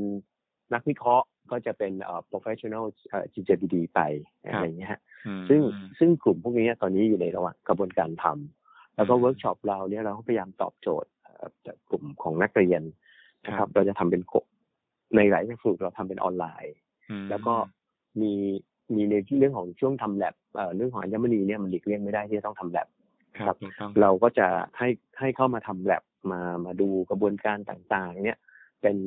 B: นักวิเคราะห์ก็จะเป็นเอ่อ professional เอ่อ GJBD ไปอะไรอย่างเงี้ยฮะ
A: อืม
B: ซึ่งซึ่งกลุ่มพวกนี้ตอนนี้อยู่ในระหว่างกระบวนการทำแล้วก็
A: อืม
B: เวิร์กช็อปเราเนี่ยเราก็พยายามตอบโจทย์เอ่อจากกลุ่มของนักเรียนนะค
A: ครั
B: รับ บ เราจะทำเป็นกลุ่มในหลายหลักสูตรเราทำเป็นออนไลน์
A: อืม
B: แล้วก็มีมีในเรื่องของช่วงทำแ a บเอ่อเรื่องของอัญมณีเนี่ยมันหลีกเลี่ยงไม่ได้ที่จะต้องทำแ a บ
A: ครับ
B: ครับ
A: ถูกต้อง
B: เราก็จะให้ให้เข้ามาทำแ a บมามาดูกระบวนการต่างๆ เนี่ยเป็น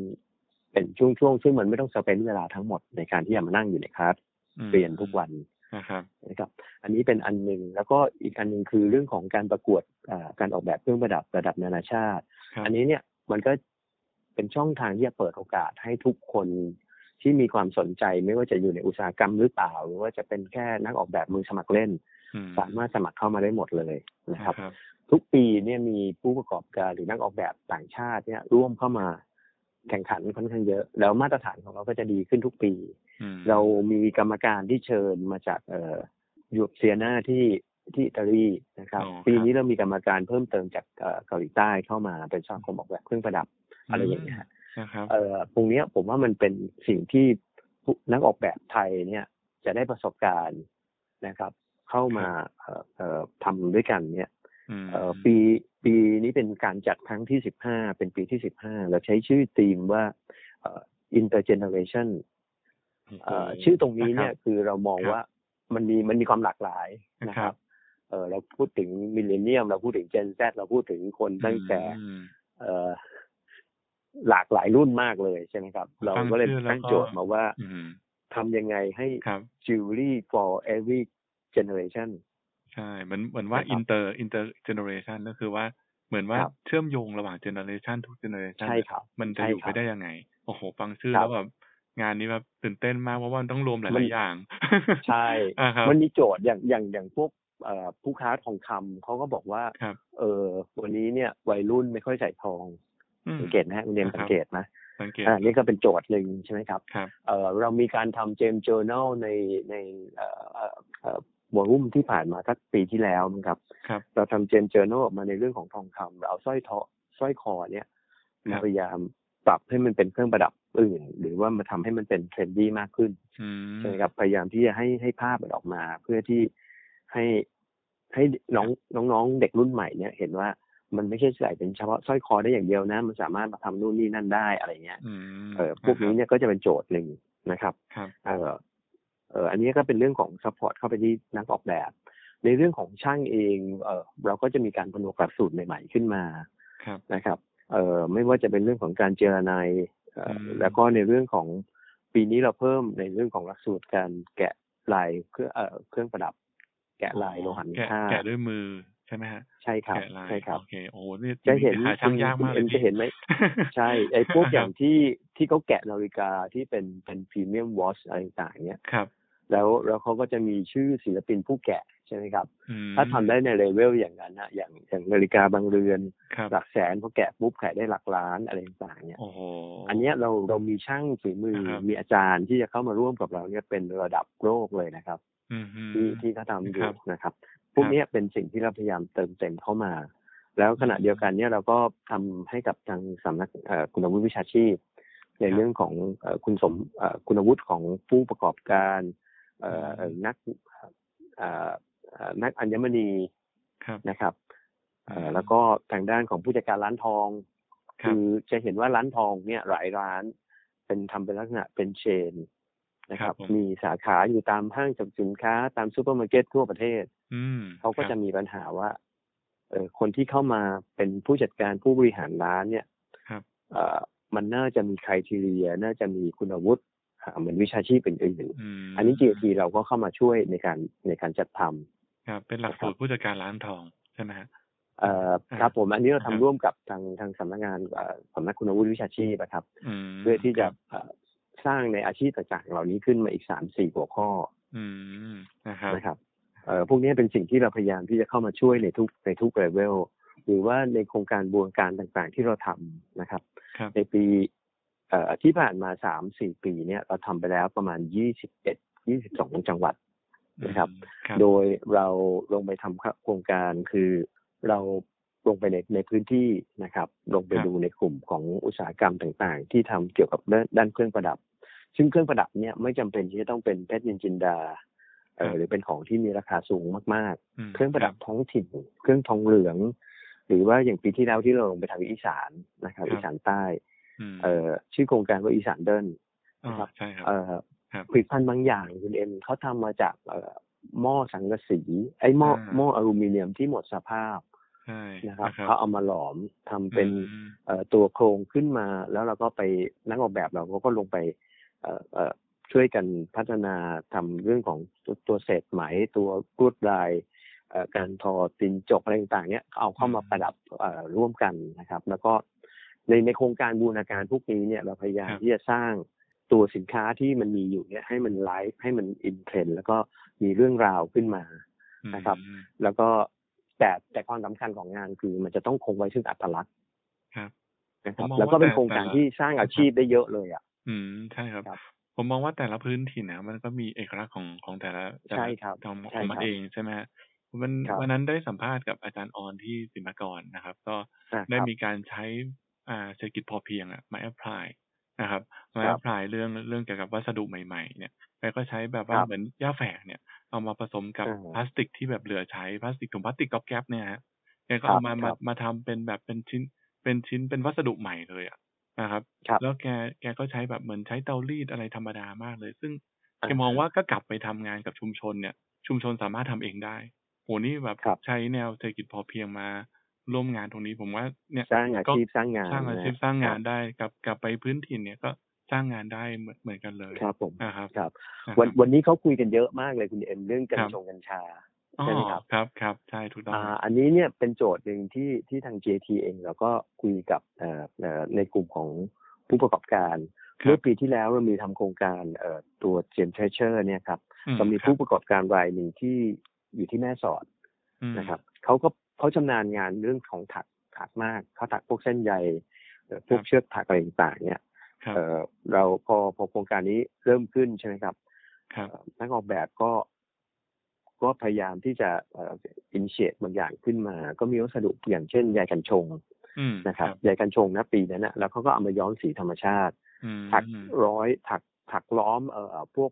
B: เป็นช่วงๆซึ่งมันไม่ต้องสเปนเวลาทั้งหมดในการที่จะมานั่งอยู่ในคลาส
A: อืม
B: เรียนทุกวัน
A: นะครับ
B: นะครับอันนี้เป็นอันหนึ่งแล้วก็อีกอันหนึงคือเรื่องของการประกวดเอ่อการออกแบบเครื่องประดับระดับนานาชาติ
A: ครับ
B: อันนี้เนี่ยมันก็เป็นช่องทางที่จะเปิดโอกาสให้ทุกคนที่มีความสนใจไม่ว่าจะอยู่ในอุตสาหกรรมหรือเปล่า หรือว่าจะเป็นแค่นักออกแบบมือสมัครเล่น
A: อืม
B: สามารถสมัครเข้ามาได้หมดเลยนะ
A: นะ
B: ค
A: ครั
B: รั
A: บ บ
B: ทุกปีเนี่ยมีผู้ประกอบการหรือนักออกแบบต่างชาติเนี่ยร่วมเข้ามาแข่งขันค่อนข้างเยอะ แล้วมาตรฐานของเราก็จะดีขึ้นทุกปี
A: อืม
B: เรามีกรรมการที่เชิญมาจากเอ่อยูเซียนาที่ที่อิตาลีนะครับ
A: อ๋อครับ
B: ปีนี้เรามีกรรมการเพิ่มเติมจากเอ่อเกาหลีใต้เข้ามาเป็นสมาคมออกแบบเครื่องประดับอะไรอย่างเงี้ยฮะ
A: นะครับ
B: เอ่อตรงเนี้ยผมว่ามันเป็นสิ่งที่ผู้นักออกแบบไทยเนี่ยจะได้ประสบการณ์นะครับ เข้ามาเอ่อเอ่อทำด้วยกันเนี่ย
A: ม
B: เอ่อปีปีนี้เป็นการจัดครั้งที่สิบห้าเป็นปีที่สิบห้าเราใช้ชื่อธีมว่าเอ่อ intergeneration เอ่อ
A: โโห
B: ชื่อตรงนี้เนี่ย
A: นะครับ
B: คือเรามอง
A: ครับ
B: ว่ามันมีมันมีความหลากหลายนะค
A: ครั
B: รับ บเอ่อเราพูดถึงมิเลเนียม เราพูดถึงเจนแซเราพูดถึงคนตั้งแต่
A: อืม
B: เอ่อหลากหลายรุ่นมากเลยใช่ไหมครับ เราก็เลย
A: ตั้
B: ตั้
A: ง
B: ง
A: ชื่
B: โจ
A: อแล้วก็
B: ทย์มาว่า
A: อืม
B: ทำยังไงให้
A: ครับ
B: jewelry for every generation
A: ใช่เหมือนเหมือนว่า
B: นะครับ
A: อินเตอร์อินเตอร์เจเนอเรชันก็คือว่าเหมือนว่า
B: ครับ
A: เชื่อมโยงระหว่างเจเนอเรชันทุกเจเนอเรชัน
B: ใช่ครับ
A: มันจะอยู่
B: ใช่ครั
A: ไป
B: บ
A: ได้ยังไง โอ้โห ฟังชื่อ
B: ครับ
A: แล้วแบบงานนี้แบบตื่นเต้นมากเพราะว่ามันต้องรวมห
B: มั
A: ลาย
B: น
A: ๆ อย่าง
B: ใช่
A: อ่าครับ
B: มันมีโจทย์อย่างอย่างอย่างพวกเอ่อผู้ค้าทองคำเขาก็บอกว่า
A: ครับ
B: เออวันนี้เนี่ย วัยรุ่นไม่ค่อยใส่ทอง
A: อืม
B: สังเกตนะฮะคุณเรียน
A: ครับ
B: สังเกตนะ
A: สังเกต
B: อ่านี่ก็เป็นโจทย์หนึ่งใช่ไหมครับ
A: ครับ
B: เอ่อเรามีการทำเจมเจอร์นลในในเอ่อเอ่อเอ่อหัวรุ่มที่ผ่านมาสักปีที่แล้วมั้งครับ
A: ครับ
B: เราทำเจมเจอร์นลออกมาในเรื่องของทองคำเราเอาสร้อยทอสร้อยคอเนี่ย
A: ครับ
B: พยายามปรับให้มันเป็นเครื่องประดับอื่น หรือว่ามาทำให้มันเป็นเทรนดี้มากขึ้น
A: อืม
B: ใช่ไหมครับพยายามที่จะให้ให้ภาพมันออกมา เพื่อที่ให้ให้น้องน้องๆเด็กรุ่นใหม่เนี่ย เห็นว่ามันไม่ใช่ใส่เป็นเฉพาะสร้อยคอได้อย่างเดียวนะ มันสามารถมาทำนู่นนี่นั่นได้อะไรเงี้ย
A: อืม
B: เออพวกนี้
A: ะ
B: เนี่ยก็จะเป็นโจทย์หนึ่งนะครับ
A: ครับ
B: เออเอออันนี้ก็เป็นเรื่องของซัพพอร์ตเข้าไปที่นักออกแบบ ในเรื่องของช่างเองเออเราก็จะมีการผนวกหลักสูตรใหม่ๆขึ้นมา
A: ครับ
B: นะครับ เออไม่ว่าจะเป็นเรื่องของการเจรนายเอ่ออ
A: ม
B: แล้วก็ในเรื่องของปีนี้เราเพิ่มในเรื่องของหลักสูตรการแกะลายเครื่องเออเครื่องประดับ แกะลายโลหะมี
A: แกะ
B: ค่า
A: แกะด้วยมือใช่ไหมฮะ
B: ใช่ครับ
A: แกะลาย
B: ใช่ครับ
A: โอเคโอ้โหนี่
B: จะเห็น
A: หาช่างยากมากเล
B: คุ
A: ย
B: ณอ็จะเห็นไหม ใช่
A: [LAUGHS]
B: ไอ้พวกอย่างที่ที่เขาแกะนาฬิกาที่เป็นเป็นพรีเมียมวอชอะไรต่างๆเนี่ย
A: ครับ
B: แล้วแล้วเขาก็จะมีชื่อศิลปินผู้แกะใช่ไหมครับ
A: อืม
B: ถ้าทำได้ในเลเวลอย่างนั้นนะอย่างอย่างนาฬิกาบางเรือน
A: ครับ
B: หลักแสนพอแกะปุ๊บขายได้หลักล้านอะไรต่างๆเนี่ย
A: โอ้โห
B: อันเนี้ยเราเรามีช่างฝีมือ
A: ครับ
B: มีอาจารย์ที่จะเข้ามาร่วมกับเราเนี่ยเป็นระดับโลกเลยนะครับ
A: อืมฮึ
B: ที่ที่เขาทำอ
A: ค
B: ยู่
A: รับ
B: นะครับ พวกเนี้ยเป็นสิ่งที่เราพยายามเติมเต็มเข้ามา แล้วขณะ
A: อืม
B: เดียวกันเนี่ยเราก็ทำให้กับทางสำนักเอ่อคุณวุฒิวิชาชีพ
A: ค
B: ใน
A: รับ
B: เรื่องของเอ่อคุณสมเอ่อคุณวุฒิของผู้ประกอบการเอ่ออ
A: ม
B: นักเอ่อเอ่อนักอัญมณี
A: ครับ
B: นะครับเอ่อ
A: อืม
B: แล้วก็ทางด้านของผู้จัดการร้านทอง
A: ครับ
B: คือจะเห็นว่าร้านทองเนี่ยหลายร้าน เป็นทำเป็นลักษณะเป็นเชนนะค
A: ครั
B: รั
A: บบ ผม
B: มีสาขาอยู่ตามห้างสรรพสินค้า ตามซูเปอร์มาร์เก็ตทั่วประเทศ
A: อืม
B: เขาก็
A: ค
B: จะ
A: รับ
B: มีปัญหาว่าเออคนที่เข้ามาเป็นผู้จัดการผู้บริหารร้านเนี่ย
A: ครับ
B: เออมันน่าจะมีใครทีเรีย น่าจะมีคุณวุฒิอ่าเหมือนวิชาชีพอื่น
A: อืม
B: ๆอันนี้ GAT เราก็เข้ามาช่วยในการในการจัดทำ
A: ครับ เป็นหลักสูตรผู้จัดการร้านทองใช่ไหมฮะ
B: เอ่อ
A: อ่า
B: ครับผมอันนี้เรา
A: ครั
B: ทำ
A: บ
B: ร่วมกับทางทางสำนักงานเอ่อสำนักคุณวุฒิวิชาชีพอะครับ
A: อืม
B: เพื่อที่จะ
A: ครับ
B: เอ่อสร้างในอาชีพต่างๆ เหล่านี้ขึ้นมาอีกสามสี่หัวข้อ
A: อืมนะครับ
B: นะครับเอ่อพวกนี้เป็นสิ่งที่เราพยายามที่จะเข้ามาช่วยในทุกในทุกเลเวลหรือว่าในโครงการบูรการต่างๆ ที่เราทำนะครับ
A: ครับ
B: ในปีเอ่อที่ผ่านมาสามสี่ปีเนี่ยเราทำไปแล้วประมาณยี่สิบเอ็ดยี่สิบสองจังหวัดนะครับ
A: ครับ
B: โดยเราลงไปทำโครงการคือเราลงไปในในพื้นที่นะครับ ลงไป
A: ครับ
B: ดูในกลุ่มของอุตสาหกรรมต่างๆ ที่ทำเกี่ยวกับด้านด้านเครื่องประดับ ซึ่งเครื่องประดับเนี่ยไม่จำเป็นที่จะต้องเป็นเพชรนินจินดาเอ่อหรือเป็นของที่มีราคาสูงมาก
A: ม
B: ๆ เครื่องประดับท้องถิ่น เครื่องทองเหลือง หรือว่าอย่างปีที่แล้วที่เราลงไปทางอีสานนะครับ อีสานใต้
A: อืม
B: เอ่อชื่อโครงการว่าอีสานเดิน
A: อ๋อ
B: นะครับ
A: ใช่ครับ
B: เอ่อ
A: ครับ
B: ผลิตภัณฑ์บางอย่างคุณเอ็มเขาทำมาจากเอ่อหม้อสังกะสี ไอ้หม้ออา หม้ออลูมิเนียมที่หมดสภาพ
A: ใช่
B: นะครับ
A: นะ
B: เขาเอามาหลอมทำเป็น
A: อืม
B: เอ่อตัวโครงขึ้นมา แล้วเราก็ไปนักออกแบบเราก็ลงไปเอ่อเอ่อช่วยกันพัฒนาทำเรื่องของตัวตัวเศษไหมตัวกรุดลายเอ่อการทอตินจกอะไรต่างๆเนี้ยเอาเข้ามา
A: อืม
B: ประดับเอ่อร่วมกันนะครับ แล้วก็ในในโครงการบูรณาการพวกนี้เนี่ยเราพยายาม
A: ครับ
B: ที่จะสร้าง ตัวสินค้าที่มันมีอยู่เนี่ยให้มันไลฟ์ให้มันอินเทรนด์แล้วก็มีเรื่องราวขึ้นมา นะครับ
A: อืม
B: แล้วก็แต่แต่ความสำคัญของงานคือมันจะต้องคงไว้ซึ่งอัตลักษณ์
A: ครับ
B: นะครับ
A: ผมมองว่า
B: แล้วก็เป็น
A: แต่
B: โครงการ
A: แต่ละ
B: ที่สร้างอาชีพได้เยอะเลยอ่ะ
A: อืมใช่ครับ
B: ครับ
A: ผมมองว่าแต่ละพื้นถิ่นนะมันก็มีเอกลักษณ์ของของแต่ละแต่ละ
B: ใช่ครับ
A: ทำข
B: ใช่
A: องมั
B: คน รับ
A: เองใช่ไหมฮะวัน
B: ครับ
A: วันนั้นได้สัมภาษณ์กับอาจารย์ออนที่ศิลปากรนะครับ ก็
B: อ่า
A: ได้
B: ครับ
A: มีการใช้อ่าเศรษฐกิจพอเพียงอะมาแอพพลายนะครับมา
B: ครั
A: แอบ พพลายเรื่องเรื่องเกี่ยวกับวัสดุใหม่ๆเนี่ยแล้วก็ใช้แบบว่า
B: ครับ
A: เหมือนหญ้าแฝกเนี่ยเอามาผสมกับ
B: อ่าฮะ
A: พลาสติกที่แบบเหลือใช้พลาสติกถุงพลาสติกก๊อบแก๊บเนี่ยฮะแล้วก็
B: ครับ
A: เอามามา
B: ครับ
A: มาทำเป็นแบบเป็นชิ้นเป็นชิ้นเป็นวัสดุใหม่เลยอะนะครับ
B: ครับ
A: แล้วแกแกก็ใช้แบบเหมือนใช้เตารีดอะไรธรรมดามากเลย ซึ่ง
B: อ่า
A: แกมองว่าก็กลับไปทำงานกับชุมชนเนี่ย ชุมชนสามารถทำเองได้โหนี่แบบ
B: ครับ
A: ใช้แนวเศรษฐกิจพอเพียงมาร่วมงานตรงนี้ผมว่าเนี่ย
B: สร้างอาชีพสร้างงาน
A: สร้างอาชีพ
B: นะ
A: สร้างงานได้กลับกลับไปพื้นถิ่นเนี่ยก็สร้างงานได้เหมือนเหมือนกันเลย
B: ครับผม
A: นะครับ
B: ครับ
A: ะ
B: วัน
A: ครับ
B: วันนี้เขาคุยกันเยอะมากเลยคุณเอ็มเรื่องกัญ
A: ครับ
B: ชงกัญชา
A: อ๋อ
B: ใช่ไหมครับ
A: ครับครับใช่ถูกต้อง
B: อ่าอันนี้เนี่ยเป็นโจทย์หนึ่งที่ที่ทาง JT เองเราก็คุยกับเอ่อเอ่อในกลุ่มของผู้ประกอบการ
A: ครั
B: เมื่
A: บ
B: อปีที่แล้วเรามีทำโครงการเอ่อตัวเจมเทรเชอร์เนี่ยครับ
A: อื
B: ก็มี
A: ครับ
B: ผู้ประกอบการรายหนึ่งที่อยู่ที่แม่สอด
A: อืม
B: นะครับเขาก็เขาชำนาญงานเรื่องของถักถักมากเขาถักพวกเส้นใยเอ่อพวกเชือกถักอะไรต่างๆเนี่ย
A: ครับ
B: เอ่อเราพอพอโครงการนี้เริ่มขึ้นใช่ไหมครับ
A: ครับ
B: เอ่อนักออกแบบก็ก็พยายามที่จะอินเชตบางอย่างขึ้นมา ก็มีวัสดุอย่างเช่นใยกันชง
A: อืม
B: นะครับใยกันชงนะปีนั้นนะแล้วเขาก็เอามาย้อมสีธรรมชาติ
A: อืม
B: ถักร้อยถักถักล้อมเอ่อพวก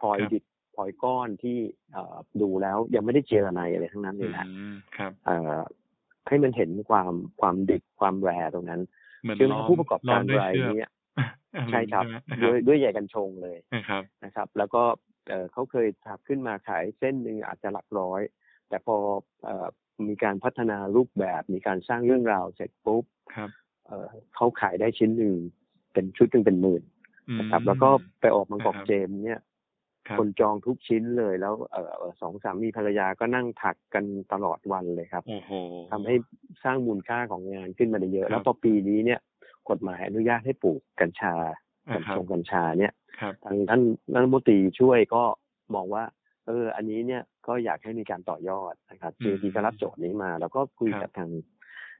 B: พลอย
A: ครับ
B: ดิบพลอยก้อนที่เอ่อดูแล้วยังไม่ได้เจรไนอะไรทั้งนั้นเลยนะ
A: อืมครับ
B: เอ่อให้มันเห็นความความดิบความแรร์ตรงนั้น
A: เหมือน
B: ซึ่ง
A: ล้อม
B: ผู้ประกอบ
A: ล้อ
B: การ
A: มด้วย
B: ราย
A: เชือก
B: เนี้ย
A: อ่ะ
B: ใช่ครับ
A: ลืมไหมนะ
B: ด้วยด้วยใยกันชงเลย
A: นะครับ
B: นะครับแล้วก็เอ่อเขาเคยทำขึ้นมาขายเส้นหนึ่งอาจจะหลักร้อย แต่พอเอ่อมีการพัฒนารูปแบบมีการสร้างเรื่องราวเสร็จปุ๊บ
A: ครับ
B: เอ่อเขาขายได้ชิ้นหนึ่งเป็นชุดหนึ่งเป็นหมื่น
A: อืม
B: นะครับ แล้วก็ไปออกมัง
A: ค
B: กร
A: รับ
B: เจมส์เนี่ย
A: รับ
B: คนจองทุกชิ้นเลยแล้วเอ่อเอ่อสองสามีภรรยาก็นั่งถักกันตลอดวันเลยครับ
A: โอ้โห
B: ทำให้สร้างมูลค่าของงานขึ้นมาได้เยอะ
A: ครับ
B: แล้วพอปีนี้เนี่ย กฎหมายอนุญาตให้ปลูกกัญชา
A: อ่ะ
B: กัญ
A: ครั
B: ช
A: บ
B: งกัญชาเนี่ย
A: ครับ
B: ทางท่านรัฐมนตรีช่วยก็มองว่า เออ อันนี้เนี่ยก็อยากให้มีการต่อยอดนะครับ
A: อืม
B: JT ก็รับโจทย์นี้มา แล้วก็คุยกับทาง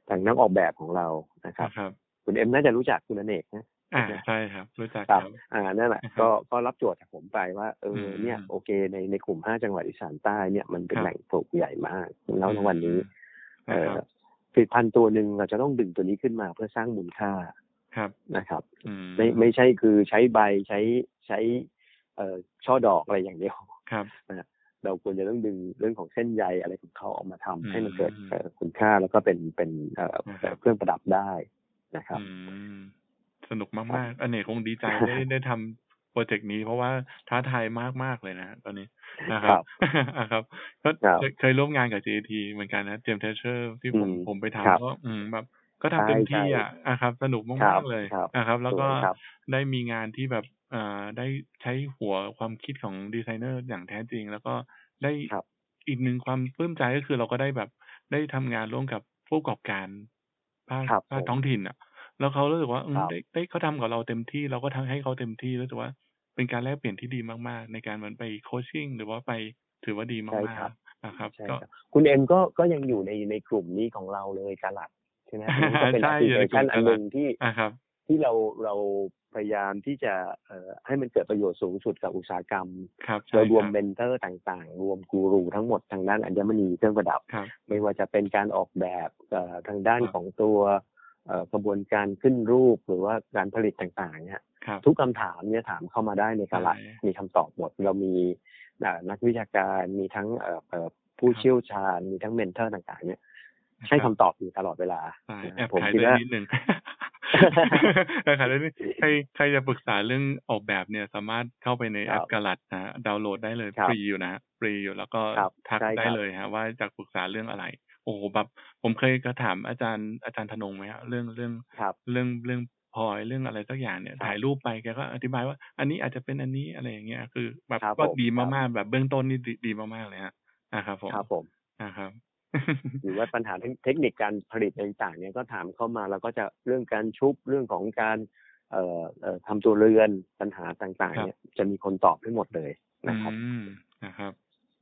B: ทางนักออกแบบของเรานะครับ
A: นะครับ
B: คุณเอ็มน่าจะรู้จักคุณอเนกนะ
A: อ่า
B: นะ
A: ใช่ครับ รู้จัก
B: ค
A: ค
B: รั
A: รั
B: บบ อ่านั่นแหละ
A: นะครับ
B: ก็ก็รับโจทย์จากผมไปว่าเอออ
A: ม
B: เนี่ยโอเคในในกลุ่มห้าจังหวัดอีสานใต้เนี่ยมันเป็น
A: ครับ
B: แหล่งปลูกใหญ่มากแล้วในวันนี้เอ
A: นะค
B: อ
A: รับ
B: ผลิตภัณฑ์ตัวหนึ่งเราจะต้องดึงตัวนี้ขึ้นมาเพื่อสร้างมูลค่า
A: ครับ
B: นะครับ
A: อืม
B: ไม่ไม่ใช่คือใช้ใบใช้ใช้เอ่อช่อดอกอะไรอย่างเดียว
A: ครับ
B: เราควรจะต้องดึงเรื่องของเส้นใยอะไรของเขาออกมาทำ
A: อืม
B: ให้มันเกิดเอ่อคุณค่าแล้วก็เป็นเป็นเอ่อ
A: นะครับ
B: เครื่องประดับได้นะครับ
A: อืมสนุกมากๆอเนกคงดีใจได้
B: [LAUGHS]
A: ได้ทำโปรเจกต์นี้เพราะว่าท้าทายมากๆเลยนะตอนนี้นะค
B: ครั
A: รับบ อ่ะครับก็
B: ครับ
A: เคยเคยร่วมงานกับ JT เหมือนกันนะเจมเทเชอร์ที่ผม
B: อืม
A: ผมไป
B: ครับ
A: ทำก็อืมแบบก็ทำเต็ม
B: ใช่
A: ที่
B: ใช่
A: อ่ะอ่ะครับ สนุก
B: ครั
A: มาก
B: บ
A: ๆเลย
B: ครับ
A: นะครับ แล้วก็
B: สยครับ
A: ได้มีงานที่แบบเอ่อได้ใช้หัวความคิดของดีไซเนอร์อย่างแท้จริง แล้วก็ได้
B: ครับ
A: อีกหนึ่งความปลื้มใจก็คือเราก็ได้แบบได้ทำงานร่วมกับผู้ประกอบการภาค
B: ครับ
A: ภาค
B: ผม
A: ท้องถิ่นอ่ะ แล้วเขารู้สึกว่าอืม
B: ครับ
A: ได้ได้เขาทำกับเราเต็มที่เราก็ทำให้เขาเต็มที่รู้สึกว่า เป็นการแลกเปลี่ยนที่ดีมากๆ ในการเหมือนไปโคชชิ่งหรือว่าไปถือว่าดีมา
B: ใช่
A: ก
B: ครับ
A: ๆนะครับ
B: ใช่
A: ก็
B: ครับคุณเอ็มก็ก็ยังอยู่ในในกลุ่มนี้ของเราเลยกาลัดใช่ไหมอันนี้ก็เป็น
A: ใช่
B: แอปพลิเคชัน
A: อยู่ในกลุ่ม
B: อันหนึ่งที่
A: อ่าครับ
B: ที่เราเราพยายามที่จะเอ่อให้มันเกิดประโยชน์สูงสุดกับอุตสาหกรรม
A: ครับ
B: โด
A: ใช่
B: ยรวม
A: ครับ
B: เบนเตอร์ต่างๆ รวมกูรูทั้งหมดทางด้านอัญมณีเครื่องประดับ
A: ครับ
B: ไม่ว่าจะเป็นการออกแบบเอ่อทางด้าน
A: ครับ
B: ของตัวเอ่อกระบวนการขึ้นรูปหรือว่าการผลิตต่างๆเนี่ย
A: ครับ
B: ทุกคำถามเนี่ยถามเข้ามาได้ในตลาด
A: ใช่
B: มีคำตอบหมด เรามีเอ่อนักวิชาการมีทั้งเอ่อเอ่อผู้
A: ครับ
B: เชี่ยวชาญ มีทั้งเมนเทอร์ต่างๆ เนี่ย
A: ครับ
B: ให้คำตอบอยู่ตลอดเวลา
A: ใช่
B: นะ
A: แอ
B: ครับ บผม
A: ขาย
B: คิด
A: ได้
B: ว่า
A: นิด [LAUGHS] นึง แอบขายได้นิด
B: [LAUGHS]
A: ใครใครจะปรึกษาเรื่องออกแบบเนี่ย สามารถเข้าไปในแอป
B: ครับ
A: กาลัดนะฮะดาวน์โหลดได้เลย
B: ครับ
A: ฟรีอยู่นะฮะฟรีอยู่แล้วก็
B: ครับ
A: ทัก
B: ใช่ครับ
A: ได้เลยฮะ ว่าจะปรึกษาเรื่องอะไร โอ้โหแบบผมเคยก็ถามอาจารย์อาจารย์ธนงไหมฮะเรื่องเรื่อง
B: ครับ
A: เรื่องเรื่องพลอยเรื่องอะไรสักอย่างเนี่ย
B: ครับ
A: ถ่ายรูปไปแกก็อธิบายว่า อันนี้อาจจะเป็นอันนี้อะไรอย่างเงี้ยคือแบบ
B: ครับ
A: ก็
B: ผม
A: ดี
B: ครับ
A: มากๆแบบเบื้องต้นนี่ดีดีมากๆเลยฮะนะครับผม
B: ครับผม
A: นะครับ
B: หรือว่าปัญหาเทคนิคการผลิตอะไรต่างๆเนี่ยก็ถามเข้ามาแล้วก็จะเรื่องการชุบเรื่องของการเอ่อเอ่อทำตัวเรือนปัญหาต่าง
A: ครั
B: ๆ
A: บ
B: เนี่ยจะมีคนตอบให้หมดเลยนะครับ
A: อืมนะครับ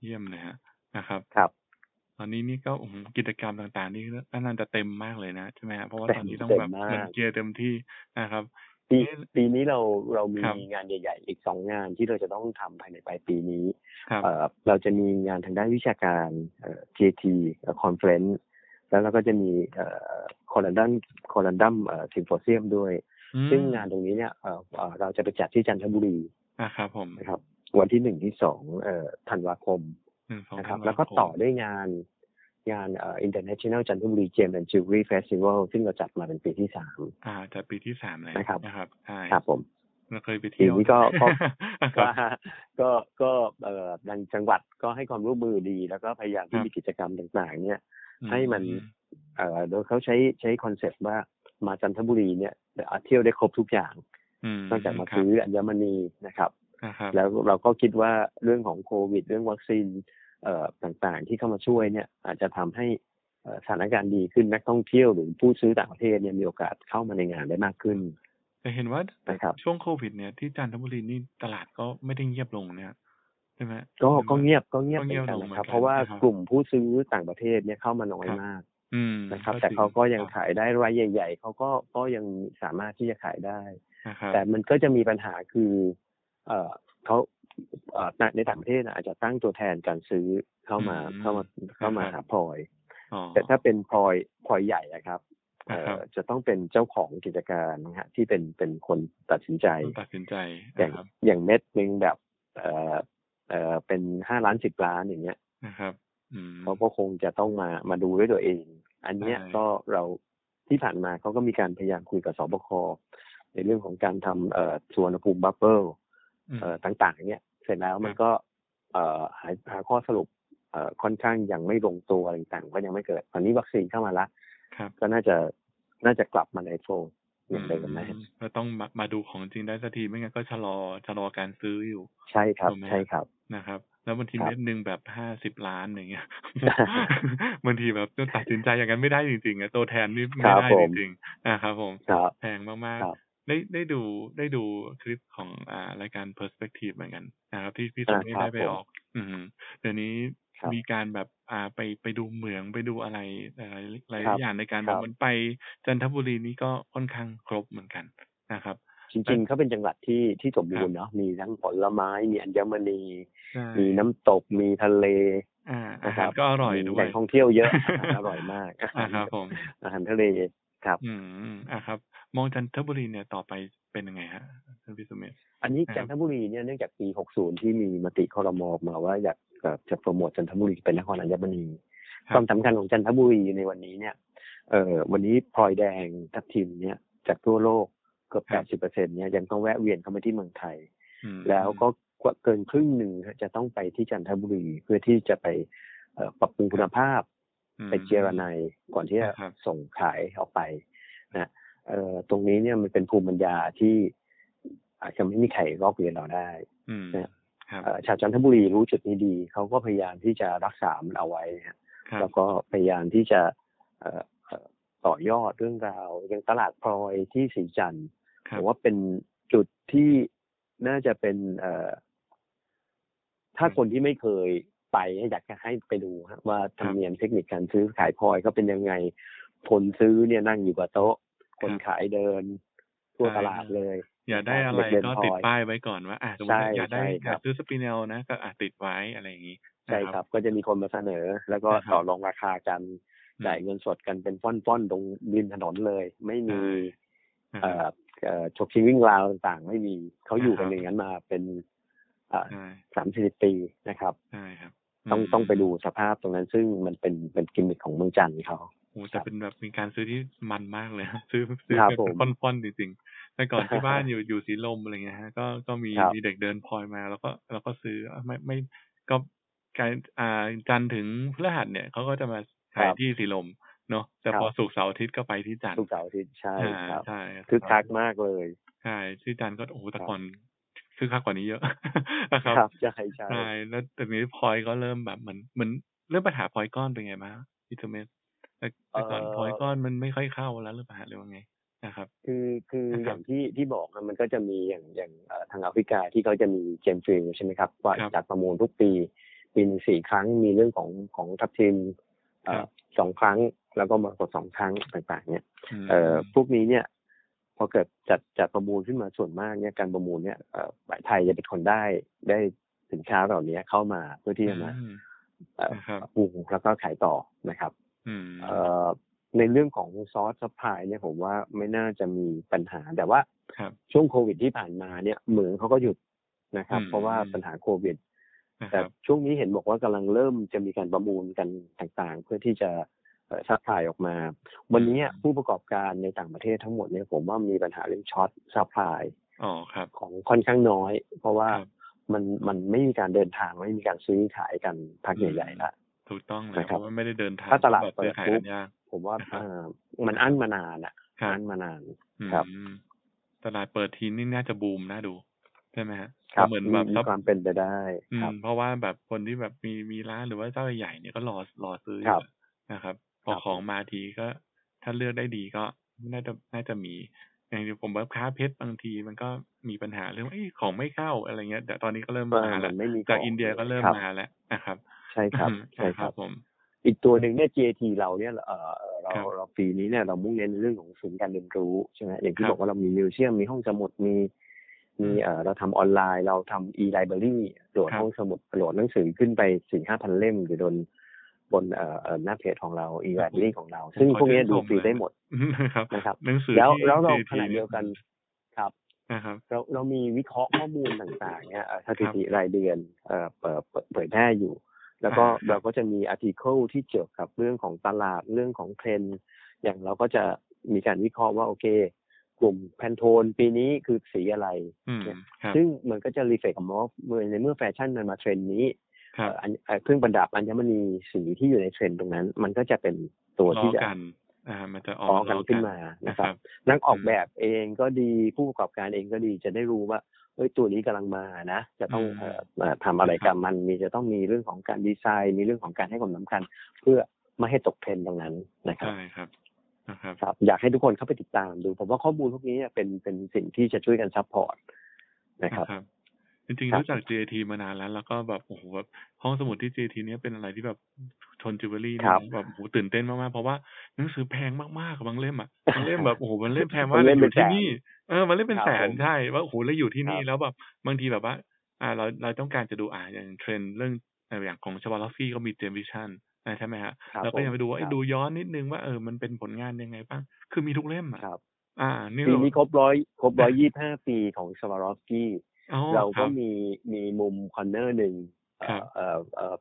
A: เยี่ยมเลยฮะนะครับ
B: ครับ
A: ตอนนี้นี่ก็อื้อหือกิจกรรมต่
B: ปี
A: เอ๊ะ
B: ปีนี้เราเรามี
A: ครับ
B: งานใหญ่ๆ อีกสองงานที่เราจะต้องทำภายในปลายปีนี้
A: ครับ
B: เอ่อเราจะมีงานทางด้านวิชาการเอ่อ JT Conference แล้วเราก็จะมีคอลันดัมคอลันดัมซิมโฟเซียมด้วย ซึ่งงานตรงนี้เนี่ยเอ่อเอ่อเราจะไปจัดที่จันทบุรี
A: อ่ะครับผม
B: นะครับ วันที่หนึ่งที่สองเอ่อธันวาคม
A: หนึ่งสอง
B: นะครับ
A: ธันวา
B: แล้วก็
A: คม
B: ต่อด้วยงานงานเอ่อ International จันทบุรี Gem and Jewelry Festival ซึ่งเราจัดมาเป็นปีที่สาม
A: อ่าจะปีที่สามแล้ว
B: นะครับ
A: นะครับใช่
B: ครับผม
A: เราเคยไปเที่ยว
B: ปีนี้ก็ก็
A: [LAUGHS] ค
B: ก็
A: รับ
B: ก็ก็เอ่อทางจังหวัดก็ให้ความร่วมมือดี แล้วก็พยายาม
A: ค
B: ที่
A: รับ
B: มีกิจกรรมต่างๆ เนี่ย ให้มัน
A: อื
B: เอ่อโดยเขาใช้ใช้คอนเซ็ปต์ว่ามาจันทบุรีเนี่ยเที่ยวได้ครบทุกอย่าง
A: อืม
B: ตั้งแต่มา
A: ครับ
B: ซื้ออัญมณีนะครับ
A: นะครับ
B: แล้วเราก็คิดว่าเรื่องของโควิด เรื่องวัคซีนเอ่อต่างๆ ที่เข้ามาช่วยเนี่ย อาจจะทำให้เอ่อสถานการณ์ดีขึ้นนักท่องเที่ยวหรือผู้ซื้อต่างประเทศเนี่ยมีโอกาสเข้ามาในงานได้มากขึ้น
A: แต่เห็นว่า
B: นะครับ
A: ช่วงโควิด เนี่ยที่จันทบุรีนี่ตลาดก็ไม่ได้เงียบลงเนี่ยใช่ไหม
B: ก็ก็เงียบก็เงียบ
A: ก็
B: เหมื
A: เงี
B: อ
A: บ
B: ยนกัน
A: ลง
B: นะ
A: เหมือน
B: ครับ
A: กัน
B: เพราะว่า
A: นะครับ
B: กลุ่มผู้ซื้อต่างประเทศเนี่ยเข้ามาน้อยมาก
A: อืม
B: นะครับ
A: จ
B: แต่
A: ง
B: เขาก็ยัง
A: ครับ
B: ขายได้รายใหญ่ ๆเขาก็ก็ยังสามารถที่จะขายได้
A: นะครับ
B: แต่มันก็จะมีปัญหาคือ เอ่อเขาเอ่อในในต่างประเทศน่ะอาจจะตั้งตัวแทนการซื้อเข้ามาเข้ามาเข้ามาหาพลอย
A: อ๋อ
B: แต่ถ้าเป็นพลอยพลอยใหญ่อะครับเอ่อ
A: ครับ
B: จะต้องเป็นเจ้าของกิจการนะฮะที่เป็นเป็นคนตัดสินใจ
A: ต้องตัดสินใจ
B: อย่าง
A: นะครับ
B: อย่างเม็ดหนึ่งแบบเอ่อเอ่อเป็นห้าล้านสิบล้านอย่างเงี้ย
A: นะครับ อืม
B: เขาก็คงจะต้องมามาดูด้วยตัวเอง อันเนี้ย
A: ใช่
B: ก็เราที่ผ่านมาเขาก็มีการพยายามคุยกับสบคในเรื่องของการทำเอ่อสวนภูมิบัฟเฟอร์
A: อืม
B: เอ่อต่างๆเนี่ยเสร็จแล้วมันก็เอ่อหาหาข้อสรุปเอ่อค่อนข้างยังไม่ลงตัวอะไรต่างๆก็ยังไม่เกิด ตอนนี้วัคซีนเข้ามาละ
A: ครับ
B: ก็น่าจะน่าจะกลับมาในโฟลด์อย่างเดิมนะฮะ
A: อืก็ต้องมามาดูของจริงได้สักทีไม่งั้นก็ชะลอชะลอการซื้ออยู่
B: ใช่ครับ
A: ถูกไหม
B: ใช่ครับ
A: นะครับ แล้วบางที
B: ครับ
A: เม็ดหนึ่งแบบห้าสิบล้านอย่างเงี้ย
B: [LAUGHS]
A: บางทีแบบต้องตัดสินใจอย่างนั้นไม่ได้จริงๆอะตัวแทนนี่
B: ครั
A: ไม่
B: บ
A: ได้
B: ผ
A: จ
B: ม
A: ริงๆนะครับผม
B: ครับ
A: แพงมาก
B: ครับ
A: ๆ ได้ได้ดูได้ดูคลิปของอ่ารายการ Perspective เหมือนกันนะครับ ที่พี่ส
B: อ่า
A: มัย
B: ครับ
A: ได้ไป
B: ผม
A: ออก อืมเดี๋ยวนี้
B: ครับ
A: มีการแบบอ่าไปไปดูเหมืองไปดูอะไรอะไรหลาย
B: ครับ
A: ๆอย่างในการ
B: ค
A: แบ
B: รั
A: บบ มันไปจันทบุรีนี่ก็ค่อนข้างครบเหมือนกันนะครับ
B: จริงๆเขาเป็นจังหวัดที่ที่สมบูรณ์เนาะมีทั้งผลไม้มีอัญมณี
A: ใช่
B: มีน้ำตกมีทะเล
A: อ่าอา
B: นะค
A: หาร
B: รับ
A: ก็อร่อย
B: มี
A: ด้ว
B: แห
A: ย
B: ล่งท่องเที่ยวเยอะอาหารอร่อย
A: [LAUGHS]
B: มากอาหา
A: อ่าร ครับผม
B: อาหารทะเลครับ
A: อืมอ่าครับ มองจันทบุรีเนี่ยต่อไปเป็นยังไงฮะท่านพิสุเมธ
B: อันนี้
A: ครั
B: จั
A: บ
B: นทบุรีเนี่ยเนื่องจากปี 60 ที่มีมติคอรมอออกมาว่าอยากเอ่อจะโปรโมทจันทบุรีเป็นนครอัญมณี
A: ครับ
B: ความสำคัญของจันทบุรีในวันนี้เนี่ยเอ่อวันนี้พลอยแดงทัพทิมเนี่ยจากทั่วโลกเกือ
A: ครับ
B: บ 80เซ็นเนี่ยยังต้องแวะเวียนเข้ามาที่เมืองไทย
A: อืม
B: แล้วก็กว่าเกินครึ่งหนึ่งฮะจะต้องไปที่จันทบุรีเพื่อที่จะไปเอ่อปรับปรุงคุณภาพ
A: อืม
B: ไปเจรไนายก่อนที่จะ
A: ครับ
B: ส่งขายออกไปนะเอ่อตรงนี้เนี่ยมันเป็นภูมิปัญญาที่อาจจะไม่มีใครลอกเรียนเราได้
A: อืม
B: เนี่ย
A: ครับ
B: เอ่อชาวจันทบุรีรู้จุดนี้ดี เขาก็พยายามที่จะรักษามันเอาไว้นะฮะ
A: ครับ
B: แล้วก็พยายามที่จะเอ่อเอ่อต่อยอดเรื่องราวอย่างตลาดพลอยที่สีจันทร์
A: ค
B: ผ
A: รับ
B: มว่าเป็นจุดที่น่าจะเป็นเอ่อถ้าคนที่ไม่เคยไปเนี่ยอยากจะให้ไปดูฮะว่าธรรมเนียมเทคนิคการซื้อขายพลอยเขาเป็นยังไงคนซื้อเนี่ยนั่งอยู่กับโต๊ะ คนขายเดิน ทั่วตลาดเลย
A: อยากได้อะไร
B: เด็กเดิ
A: ก็
B: นพลอย
A: ติดป้ายไว้ก่อนว่าอ่ะสมมติว่า
B: ใช่
A: อยากได้
B: ใช่
A: อ
B: ครับ
A: ยากซื้อสปินเนลนะก็อ่ะติดไว้อะไรอย่างนี้นะ
B: ใช่ครับ ก็จะมีคนมาเสนอ แล้วก็
A: นะครับ
B: ต่อรองราคากัน
A: อืม
B: จ่ายเงินสดกันเป็นฟ้อนๆตรงริมถนนเลย ไม่มี
A: ใช่
B: เอ่อเอ่อฉกชิงวิ่งราวต่างๆ ไม่มีเขาอยู่กัน
A: นะครับ
B: อย่างนั้นมาเป็น
A: ใช่
B: สามสิบปีนะครับ
A: ใช่ครับ
B: ต้อง
A: ม
B: ต้องไปดูสภาพตรงนั้นซึ่งมันเป็นเป็นกิมมิคของเมืองจันทร์เขา
A: โอ้แต่เป็นแบบเป็นการซื้อที่มันมากเลยนะ ซื้อซื้อ
B: ครับ
A: แบบ [LAUGHS]
B: ผม
A: เป็นฟ่อนๆจริงๆแต่ก่อนที่บ้าน
B: [LAUGHS]
A: อยู่อยู่สีลมอะไรเงี้ยฮะก็ก็มี
B: ครับ
A: มีเด็กเดินพลอยมา แล้วก็แล้วก็ซื้ออ่ะไม่ไม่ก็การอ่าจันทร์ถึงพฤหัสเนี่ยเขาก็จะมาขาย
B: ครับ
A: ที่สีลมเนาะแต่
B: ครับ
A: พอศุกร์เสาร์อาทิตย์ก็ไปที่จันท
B: ทุก
A: ร์
B: เสาร์อาที่ใช่
A: อ่า
B: ครับ
A: ใช่
B: คึกคักมากเลย
A: ใช่ที่จันทร์ก็โอ้โหแต่ก่อนคือคักกว่านี้เยอะ [LAUGHS] นะครับ
B: ครับใช่ใช่
A: ใช่แล้วแต่นี้พลอยก็เริ่มแบบเหมือนเหมือนเริ่มปัญหาพลอยก้อนเป็นไงบ้างพี่ทูเมส แต่แต่ก่อนพลอยก้อนมันไม่ค่อยเข้าแล้วหรือเปล่าฮะหรือว่าไงนะครับ
B: คือคือ
A: นะครับ
B: อย่างที่ที่บอกนะมันก็จะมีอย่างอย่างเอ่อทางแอฟริกาที่เขาจะมีเจมฟิลใช่ไหมครับว่า
A: ครับ
B: จัดประมูลทุกปีปีหนึ่งสี่ครั้งมีเรื่องของของทัพทีมเอ่อ
A: ครับ
B: สองครั้งแล้วก็มรกตสองครั้งต่างๆเนี่ย
A: ม
B: เอ่อพวกนี้เนี่ย พอเกิดจัดจัดประมูลขึ้นมาส่วนมากเนี่ยการประมูลเนี่ยเอ่อฝ่ายไทยจะเป็นคนได้ได้สินค้าเหล่านี้เข้ามาเพื่อที่จะมา
A: อืม
B: เอ่อ
A: นะครับ
B: ปรุงแล้วก็ขายต่อนะครับ
A: อืม
B: เอ่อในเรื่องของซอสซัพพลายเนี่ยผมว่าไม่น่าจะมีปัญหา แต่ว่า
A: ครับ
B: ช่วงโควิดที่ผ่านมาเนี่ยเหมืองเขาก็หยุดนะครับ
A: อืม
B: เพราะว่าปัญหาโควิด
A: นะค
B: แต่
A: รับ
B: ช่วงนี้เห็นบอกว่ากำลังเริ่มจะมีการประมูลกันต่างๆ เพื่อที่จะเอ่อซัพพลายออกมา วันนี้
A: อืม
B: ผู้ประกอบการในต่างประเทศทั้งหมดเนี่ยผมว่ามีปัญหาเรื่องช็อตซัพพลาย
A: อ๋อครับ
B: ของค่อนข้างน้อย เพราะว่า
A: ครับ
B: มันมันไม่มีการเดินทางไม่มีการซื้อขายกันพักใหญ่ๆละ
A: ถูกต้องเลย
B: นะครับ
A: เพราะว่าไม่ได้เดินทาง
B: ถ้าตลาด
A: แบบ
B: เปิด
A: ซื้อขาย
B: ปุ๊
A: กับ นยาก
B: ผมว่าเอ่อมันอั้นมานานอ่ะ
A: ครับ
B: อั้นมานาน
A: อืม
B: ครับ
A: ตลาดเปิดทีนี่น่าจะบูมน่าดูใช่ไหมฮะ
B: ครับ
A: เหมือนแบบ
B: มี
A: ซับ
B: ความเป็นไปได้
A: อืม
B: ครับ
A: เพราะว่าแบบคนที่แบบมีมีร้านหรือว่าเจ้าใหญ่ๆเนี่ยก็รอรอซื้ออ
B: ครับ
A: ยู่นะครับ พอ
B: ครับ
A: ของมาทีก็ ถ้าเลือกได้ดีก็น่าจะน่าจะมี อย่างที่ผมว่าค้าเพชรบางทีมันก็มีปัญหาเรื่องเอยของไม่เข้าอะไรเงี้ยแต่ตอนนี้ก็เริ่ม
B: เออ
A: มา
B: มั
A: แล้ว
B: นไม่มี
A: จาก
B: ขง
A: อินเดียก็เริ่ม
B: ครับ
A: มาแล้วนะครับ
B: ใช่ครับ
A: อืม
B: ใช่
A: [LAUGHS] นะ
B: ค
A: ค
B: รั
A: รับ บผม
B: อีกตัวหนึ่งเนี่ย GAT เราเนี่ยเอ่อเรา
A: ครับ
B: เราปีนี้เนี่ยเรามุ่งเน้นในเรื่องของศูนย์การเรียนรู้ใช่ไหมอย่าง
A: ค
B: ที่
A: รับ
B: บอกว่าเรามีมิวเซียมมีห้องสมุดมี มีเอ่อเราทำออนไลน์เราทำ e-library โหลด
A: ครับ
B: ห้องสมุดโหลดหนังสือขึ้นไปสี่ห้าพันเล่มอยู่บนบนเอ่อเอ่อหน้าเพจของเรา e-library ของเรา ซึ่งพวกเนี้ยดูฟรีได้หมด
A: นะครับ
B: นะครับ
A: หนังสือ
B: แล้ว
A: ที่
B: แล้วเรา
A: JT
B: ขณะเดียวกันครับ
A: นะครับ
B: เราเรามีวิเคราะห์ข้อมูลต่างๆเนี่ยเอ่อสถิติรายเดือนเอ่อเปิดเปิดเผยแพร่อยู่ แล้วก็
A: อ่าครับ
B: เราก็จะมีอาร์ติเคิลที่เกี่ยวกับเรื่องของตลาดเรื่องของเทรนด์อย่างเราก็จะมีการวิเคราะห์ว่าโอเค กลุ่มแพนโทนปีนี้คือสีอะไร
A: อืม
B: เนี่ย
A: ครับ
B: ซึ่งมันก็จะรีเฟกกับมอฟเมื่อในเมื่อแฟชั่นมันมาเทรนด์นี้
A: ครับ
B: เอ่ออันเอ่อเครื่องประดับอัญมณีสีที่อยู่ในเทรนด์ตรงนั้น มันก็จะเป็นตัว
A: ล้อ
B: ที่จะ
A: กันอ่ามันจะออก
B: ต่อกั
A: ล้
B: น
A: อ
B: ขึ้นมา
A: นะ
B: นะ
A: ค
B: ค
A: รั
B: รับ บ นักออกแบบเองก็ดีผู้ประกอบการเองก็ดีจะได้รู้ว่าเอ้ยตัวนี้กำลังมานะ จะต้อง
A: อืม
B: เอ่อเอ่อทำอะไรกับมันมีจะต้องมีเรื่องของการดีไซน์ มีเรื่องของการให้ความสำคัญ เพื่อไม่ให้ตกเทรนด์ตรงนั้นนะครับ
A: ใช่ครับนะครับ
B: ครับอยากให้ทุกคนเข้าไปติดตามดู ผมว่าข้อมูลพวกนี้เนี่ยเป็นเป็นสิ่งที่จะช่วยกันซัพพอร์ตนะครับ
A: นะครับ จริง
B: ครั
A: ๆ
B: บ
A: รู้จัก JT มานานแล้ว แล้วก็แบบโอ้โหแบบห้องสมุดที่ JT เนี้ยเป็นอะไรที่แบบชนจิวเวลรี่
B: ค
A: นะ
B: รับ
A: แบบโอ้โหตื่นเต้นมากๆ เพราะว่าหนังสือแพงมากๆบางเล่มอ่ะ บางเล่มแบบโอ้โหบางเล่มแพงมา
B: บากง
A: เล
B: เล่
A: ย
B: ม
A: อ
B: เป็น
A: ยู่ที่นี่
B: แสน
A: เออมันเล่มเป็น
B: ครับ
A: แสน
B: ผม
A: ใช่ว่าโอ้โหแล้วอยู่ที่นี่
B: ครับ
A: แล้วแบบบางทีแบบว่า อ่าเราเราต้องการจะดูอ่าอย่างเทรนด์เรื่องอ่าอย่างของชวาลอฟฟี่ก็มีเจมวิชั่นใช่ไหมฮะ
B: ครับ
A: เราก็ยังไปดูว่า
B: ผม
A: ไอ้
B: ครับ
A: ดูย้อนนิดนึงว่าเออมันเป็นผลงานยังไงบ้างคือมีทุกเล่มอ่ะ
B: ครับ
A: อ่านี่
B: ปี
A: เรา
B: นี้ครบร้อยครบ
A: [LAUGHS]
B: ร้อยยี่ห้าปีของสวารอฟสกี้
A: อ๋อ
B: เรา
A: ค
B: ก็
A: รับ
B: มีมีมุมคอนเนอร์หนึ่งเอ่
A: ครั
B: อบ เอ่อเอ่อ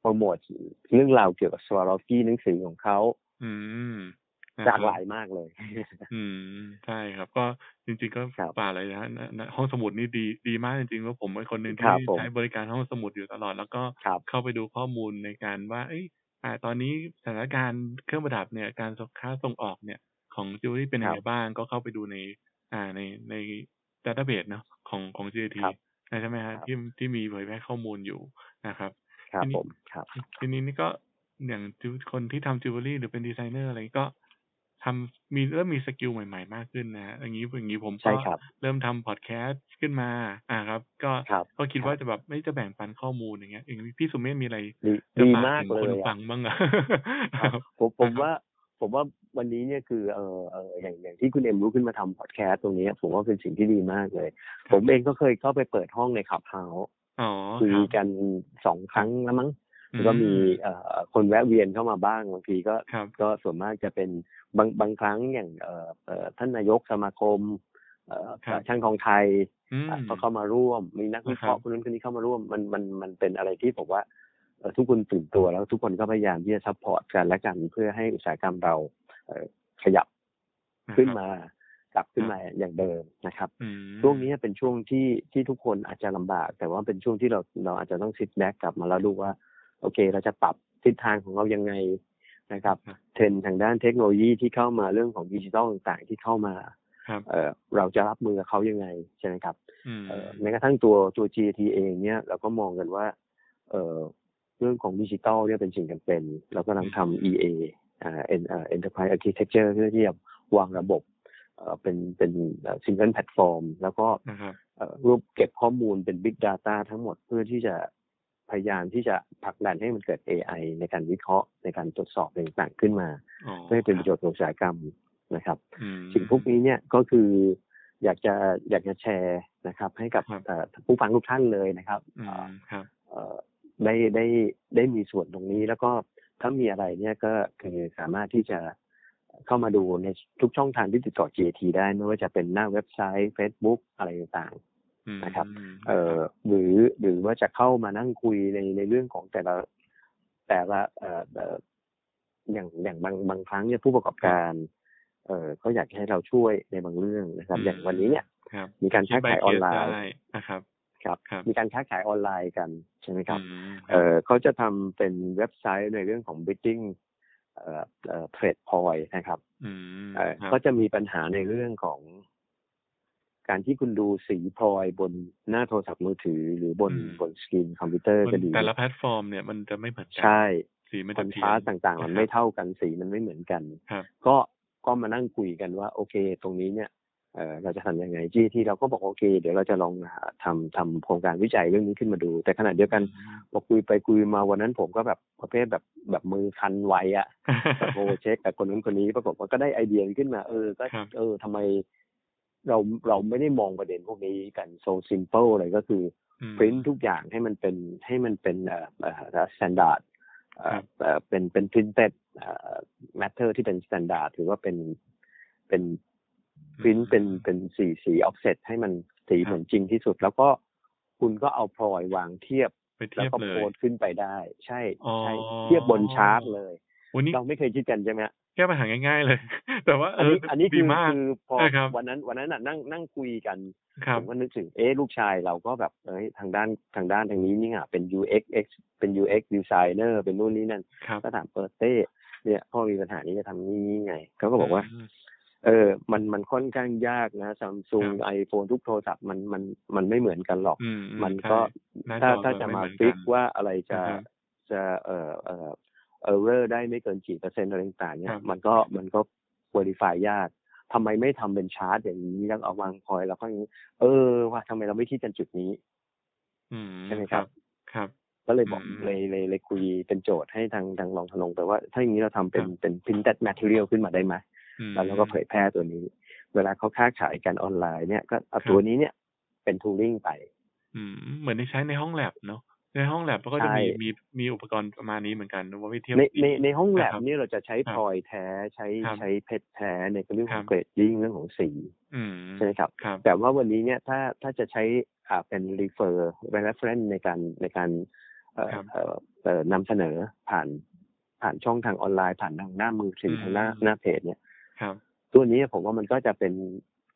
B: โปรโมทเรื่องราวเกี่ยวกับสวารอฟกี้หนังสือของเขา
A: อืมนะ
B: หลาก
A: ครับ
B: หลายมากเลย [LAUGHS]
A: อืมใช่ครับก็จริง ๆ ก็
B: ครับ
A: ป่าอะไรนะนะนะห้องสมุดนี่ดีดีมากจริงๆว่าผมเป็นคนหนึ่ง
B: ค
A: ที่
B: รับผม
A: ใช้บริการห้องสมุดอยู่ตลอด แล้วก็
B: ครับ
A: เข้าไปดูข้อมูลในการว่า เอ้ยอ่า ตอนนี้สถานการณ์เครื่องประดับเนี่ย การส่งค้าส่งออกเนี่ยของจิวเวลรี่เป็นยังไง
B: ครับ
A: บ้างก็เข้าไปดูใน อ่าในในดัตต้าเบสเนาะของของ GAT
B: ครับ
A: ใช่ไหมฮะ
B: ครับ
A: ที่ที่มีเผยแพร่ข้อมูลอยู่นะครับ
B: ครับ
A: ทีนี้
B: ผมครับ
A: ทีนี้นี่ก็อย่างจิวคนที่ทำจิวเวลรี่หรือเป็นดีไซเนอร์อะไรก็ทำมีเริ่มมีสกิลใหม่ๆ มากขึ้นนะฮะอย่างนี้อย่างนี้ผมก็
B: ใช่ครับ
A: เริ่มทำพอดแคสต์ขึ้นมา อ่าครับ ก็
B: ครับ
A: ก็คิด
B: ครับ
A: ว่าจะแบบไม่จะแบ่งปันข้อมูลอย่างเงี้ยอย่างพี่สุเมธมีอะไร
B: ดี
A: จะ
B: ดี
A: ฝาก
B: มาก
A: ถึง
B: เล
A: คน
B: ย
A: ฟั
B: อะ
A: งบ้างอะ
B: ครับผมผม
A: นะครับ
B: ว่าผมว่าวันนี้เนี่ยคือเออเอออย่างอย่างที่คุณเอ็มรู้ขึ้นมาทำพอดแคสต์ตรงนี้ ผมว่าเป็นสิ่งที่ดีมากเลย
A: บ
B: ผมเองก็เคยเข้าไปเปิดห้องในขับเฮา
A: [LAUGHS] อ๋อ
B: คุย
A: รับ
B: กันสองครั้งแล้วมั้ง
A: อื
B: ก็มีเอ่อคนแวะเวียนเข้ามาบ้างบางทีก็
A: ครับ
B: ก็ส่วนมากจะเป็นบางบางครั้งอย่างเอ่อเอ่อท่านนายกสมาคมเอ่อ
A: ครับ
B: ช่างทองไทย
A: อืม
B: อ่ะก็เข้ามาร่วม มีนักวิเคราะห์คนนู้นคนนี้เข้ามาร่วมมันมันมันเป็นอะไรที่ผมว่าเอ่อทุกคนตื่นตัวแล้วทุกคนก็พยายามที่จะซัพพอร์ตกันและกันเพื่อให้อุตสาหกรรมเราเอ่อขยับขึ้นมากลับขึ้นมาอย่างเดิมนะครับ
A: อืม
B: ช่วงนี้เป็นช่วงที่ที่ทุกคนอาจจะลำบาก แต่ว่าเป็นช่วงที่เราเราอาจจะต้องซิดแบ็กกลับมาแล้วดูว่า โอเค เราจะปรับทิศทางของเรายังไงนะครับเทรนด์ทางด้านเทคโนโลยีที่เข้ามาเรื่องของดิจิทัลต่างๆ ที่เข้ามา
A: ครับ
B: เอ่อเราจะรับมือกับเขายังไงใช่ไหมครับ
A: อืม
B: เอ่อแม้กระทั่งตัวตัว GT เองเนี่ยเราก็มองกันว่าเอ่อเรื่องของดิจิทัลเนี่ยเป็นสิ่งจำเป็น เรากำลังทำ EA อ่า En- อ่า Enterprise Architecture เพื่อที่จะวางระบบเอ่อเป็นเป็นซิงเกิลแพลตฟอร์มแล้วก็
A: นะครับ
B: เอ่อรวบเก็บข้อมูลเป็น Big Data ทั้งหมดเพื่อที่จะพยายามที่จะผลักดันให้มันเกิด AI ในการวิเคราะห์ในการตรวจสอบต่างๆขึ้นมา
A: อ๋อ
B: เพื่อให้เป็
A: ค
B: น
A: บ
B: ประโยชน์ต่ออุตสาหกรรม นะครับ
A: อืม
B: สิ่งพวกนี้เนี่ยก็คืออยากจะอยากจะแชร์นะครับ ให้กับ
A: ครับ
B: เอ่อผู้ฟังทุกท่านเลยนะครับ
A: อื
B: เอ่อ
A: มครับ
B: เอ่อได้ได้ได้มีส่วนตรงนี้ แล้วก็ถ้ามีอะไรเนี่ยก็คือสามารถที่จะเข้ามาดูในทุกช่องทางที่ติดต่อ GAT ได้ไม่ว่าจะเป็นหน้าเว็บไซต์ Facebook อะไรต่าง
A: อืม
B: นะครับ ๆเอ่อหรือหรือว่าจะเข้ามานั่งคุยในในเรื่องของแต่ละแต่ละเอ่อเอ่ออย่างอย่างบางบางครั้งเนี่ยผู้ประกอบการ เอ่อก็อยากให้เราช่วยในบางเรื่องนะครับ อย่างวันนี้เนี่ย
A: ครับ
B: มีการค้าขายออนไลน์
A: ด้นะครับ
B: ครับ
A: ครับ
B: มีการค้าขายออนไลน์กันใช่ไหมครับ
A: อืม
B: เอ่อเขาจะทำเป็นเว็บไซต์ในเรื่องของ bidding เอ่อเอ่อ trade point นะครับ
A: ม
B: เอ่อ
A: ครับ
B: ก็จะมีปัญหาในเรื่องของ การที่คุณดูสีพลอยบนหน้าโทรศัพท์มือถือ หรือบนบนสกรีนคอมพิวเตอร์
A: บน
B: ก็ดี
A: แต่ละแพลตฟอร์มเนี่ยมันจะไม่เหมือนกั
B: ใช่
A: สีมัน
B: ค
A: จะ
B: อน
A: เพี้ย
B: ทราส
A: น
B: ต่างๆ มันไม่เท่ากันสีมันไม่เหมือนกัน
A: ครับ
B: ก็ก็มานั่งคุยกันว่า โอเค ตรงนี้เนี่ยเอ่อเราจะทำยังไงที่ที่เราก็บอกโอเค เดี๋ยวเราจะลองหาทำทำโครงการวิจัยเรื่องนี้ขึ้นมาดู แต่ขณะเดียวกันพอคุยไปคุยมาวันนั้นผมก็แบบประเภทแบบแบบมือคันไวอะแบบโทรเช็คกับคนนู้นคนนี้ปรากฏว่าก็ได้ไอเดียขึ้นมาเออก็
A: ครับ
B: เออทำไม เราเราไม่ได้มองประเด็นพวกนี้กันโซ s ิมเ l ิลเลยก็คือ
A: อืม
B: ปริ้นทุกอย่างให้มันเป็นให้มันเป็นเอ่อเอ่อสแตนดาร์ด
A: ครับ
B: เป็นเป็นพรินเต็ดแมทเทอร์ที่เป็นสแตนดาร์ดถือว่าเป็นเป็น พรินเป็นเป็นสีสีออฟเซตให้มันสี
A: ครับ
B: เหมือนจริงที่สุด แล้วก็คุณก็เอาพลอยวางเทียบ
A: ไปเที
B: แล้ว
A: ยบ
B: ก็
A: เล
B: โพ
A: ย
B: สต์ขึ้นไปได้ ใช่
A: อ๋อ
B: ใช่เทียบบนชาร์ตเลย
A: วันนี้
B: เราไม่เคยคิดกันใช่ไหมฮะ
A: แก้ปัญหาง่ายๆเลย [LAUGHS] แต่ว่าเอ
B: อั
A: อ
B: นนี้อันนี้
A: ดี
B: คือ
A: มาก
B: คือพอ
A: ใช่ครับ
B: วันนั้นวันนั้นน่ะนั่งนั่งคุยกัน
A: ครับ
B: ผมก็นึกถึงเอ๊ะลูกชายเราก็แบบเอ้ยทางด้านทางด้านทางนี้นี่อ่ะเป็น UX เป็น UX designer เป็นนู่นนี่นั่น
A: ครับ
B: ก็ถามเออเต้เนี่ยพ่อมีปัญหานี้จะทำนี่นี่ไงเขาก็บอกว่า
A: ม
B: เออ มัน มันค่อนข้างยากนะซัมซุง
A: ครับ
B: ไอโฟนทุกโทรศัพท์มัน มัน มันไม่เหมือนกันหรอก
A: อืมอื
B: มัน
A: ใช่
B: ก็
A: หน้
B: ถ้า
A: จอ
B: ถ้า
A: เปิด
B: จะมา
A: ไเหอน
B: ฟิก
A: น
B: ว่าอะไรจะ
A: อ่าฮะ
B: จะ เออเออเออเรอได้ไม่เกินกี่เปอร์เซ็นต์อะไรต่างๆเนี่
A: ครั
B: ย
A: บ
B: มันก็ มันก็คุริฟายยากทำไมไม่ทำเป็นชาร์ตอย่างนี้แล้วเอาวางพอยแล้วก็อย่างนี้ เออ ว่าทำไมเราไม่คิดกันจุดนี้
A: อืม
B: ใช่ไหมครับ
A: ครับ
B: ก็เลยบอก
A: อืม
B: เลยเลยเลยคุยเป็นโจทย์ให้ทางทางรองธนงไปว่า ถ้าอย่างนี้เราทำเป็น
A: ครับ
B: เป็นพิมพ์ดัดแมทเทียลขึ้นมาได้ไหม
A: อืม
B: แล้วเราก็เผยแพร่ตัวนี้ เวลาเขาค้าขายกันออนไลน์เนี่ยก็เอา
A: ครับ
B: ตัวนี้เนี่ยเป็นทูริงไป
A: อืมเหมือนได้ใช้ในห้องแลบเนาะในห้องแลบเราก็จะ
B: ใช่
A: มีมีมีอุปกรณ์ประมาณนี้เหมือนกันว่าวิเทียบ
B: ในในในห้องแลบ
A: ครับ
B: เนี่ยเราจะใช้
A: ครับ
B: พลอยแท้ใช้
A: ครับ
B: ใช้เพชรแท้ในเรื่องขอ
A: ครั
B: ง
A: บ
B: เกรดดิ้งเรื่องของสี
A: อืม
B: ใช่ไหมครับ
A: ครับ
B: แต่ว่าวันนี้เนี่ยถ้าถ้าจะใช้อ่าเป็นรีเฟอร์เป็นเรฟเฟนในการในการเอ่อเอ่อเอ่อนำเสนอผ่านผ่านช่องทางออนไลน์ผ่านทางหน้ามือถือทางหน้าหน้าเพจเนี่ย
A: ครับ
B: ตัวนี้ผมว่ามันก็จะเป็น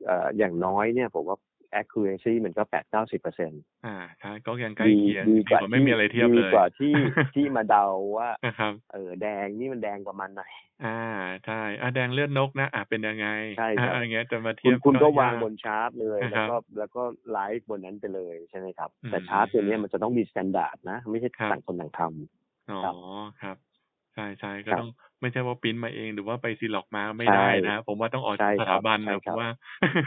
B: เอ่ออย่างน้อยเนี่ยผมว่า accuracy มันก็แปดเก้าสิบเปอร์เซ็นต
A: อ่าใช่ก็ยังใกล้เคียงดีกว่าไม่มีอะไรเทียบเลย
B: ดีกว่าที่ [LAUGHS] ที่มาเดาว่า
A: นะครับ
B: เออแดงนี่มันแดงประมาณไหน
A: อ่าใช่อ่าแดงเลือดนกนะ อ่าเป็นยังไง
B: ใช่ครับ
A: อ่าอะไรเงี้ยจะมา
B: คุ
A: เทีย
B: ณ
A: บ
B: คุณก็
A: ย
B: วางบนชาร์ตเลย
A: อ่าค
B: แล้
A: ว รับ
B: ก็แล้วก็ไลฟ์บนนั้นไปเลยใช่ไหมครับ แต่
A: อืม
B: ชาร์ตตัวเนี้ยมันจะต้องมีสแตนดาร์ดนะ ไม่ใช่
A: ครับ
B: ต่างคนต่างท
A: อ๋อ
B: ครั
A: ครั
B: บ
A: บใช่ใช่ก็
B: ครับ
A: ต้องไม่ใช่ว่าปริ้นมาเองหรือว่าไปซีล็อกมาไม่ได้
B: ใช่
A: นะผมว่าต้องออก
B: ใช่
A: จาก
B: ค
A: ส
B: รับ
A: ถาบัน
B: ใช่
A: นะผ
B: ครั
A: ม
B: บ
A: ว่า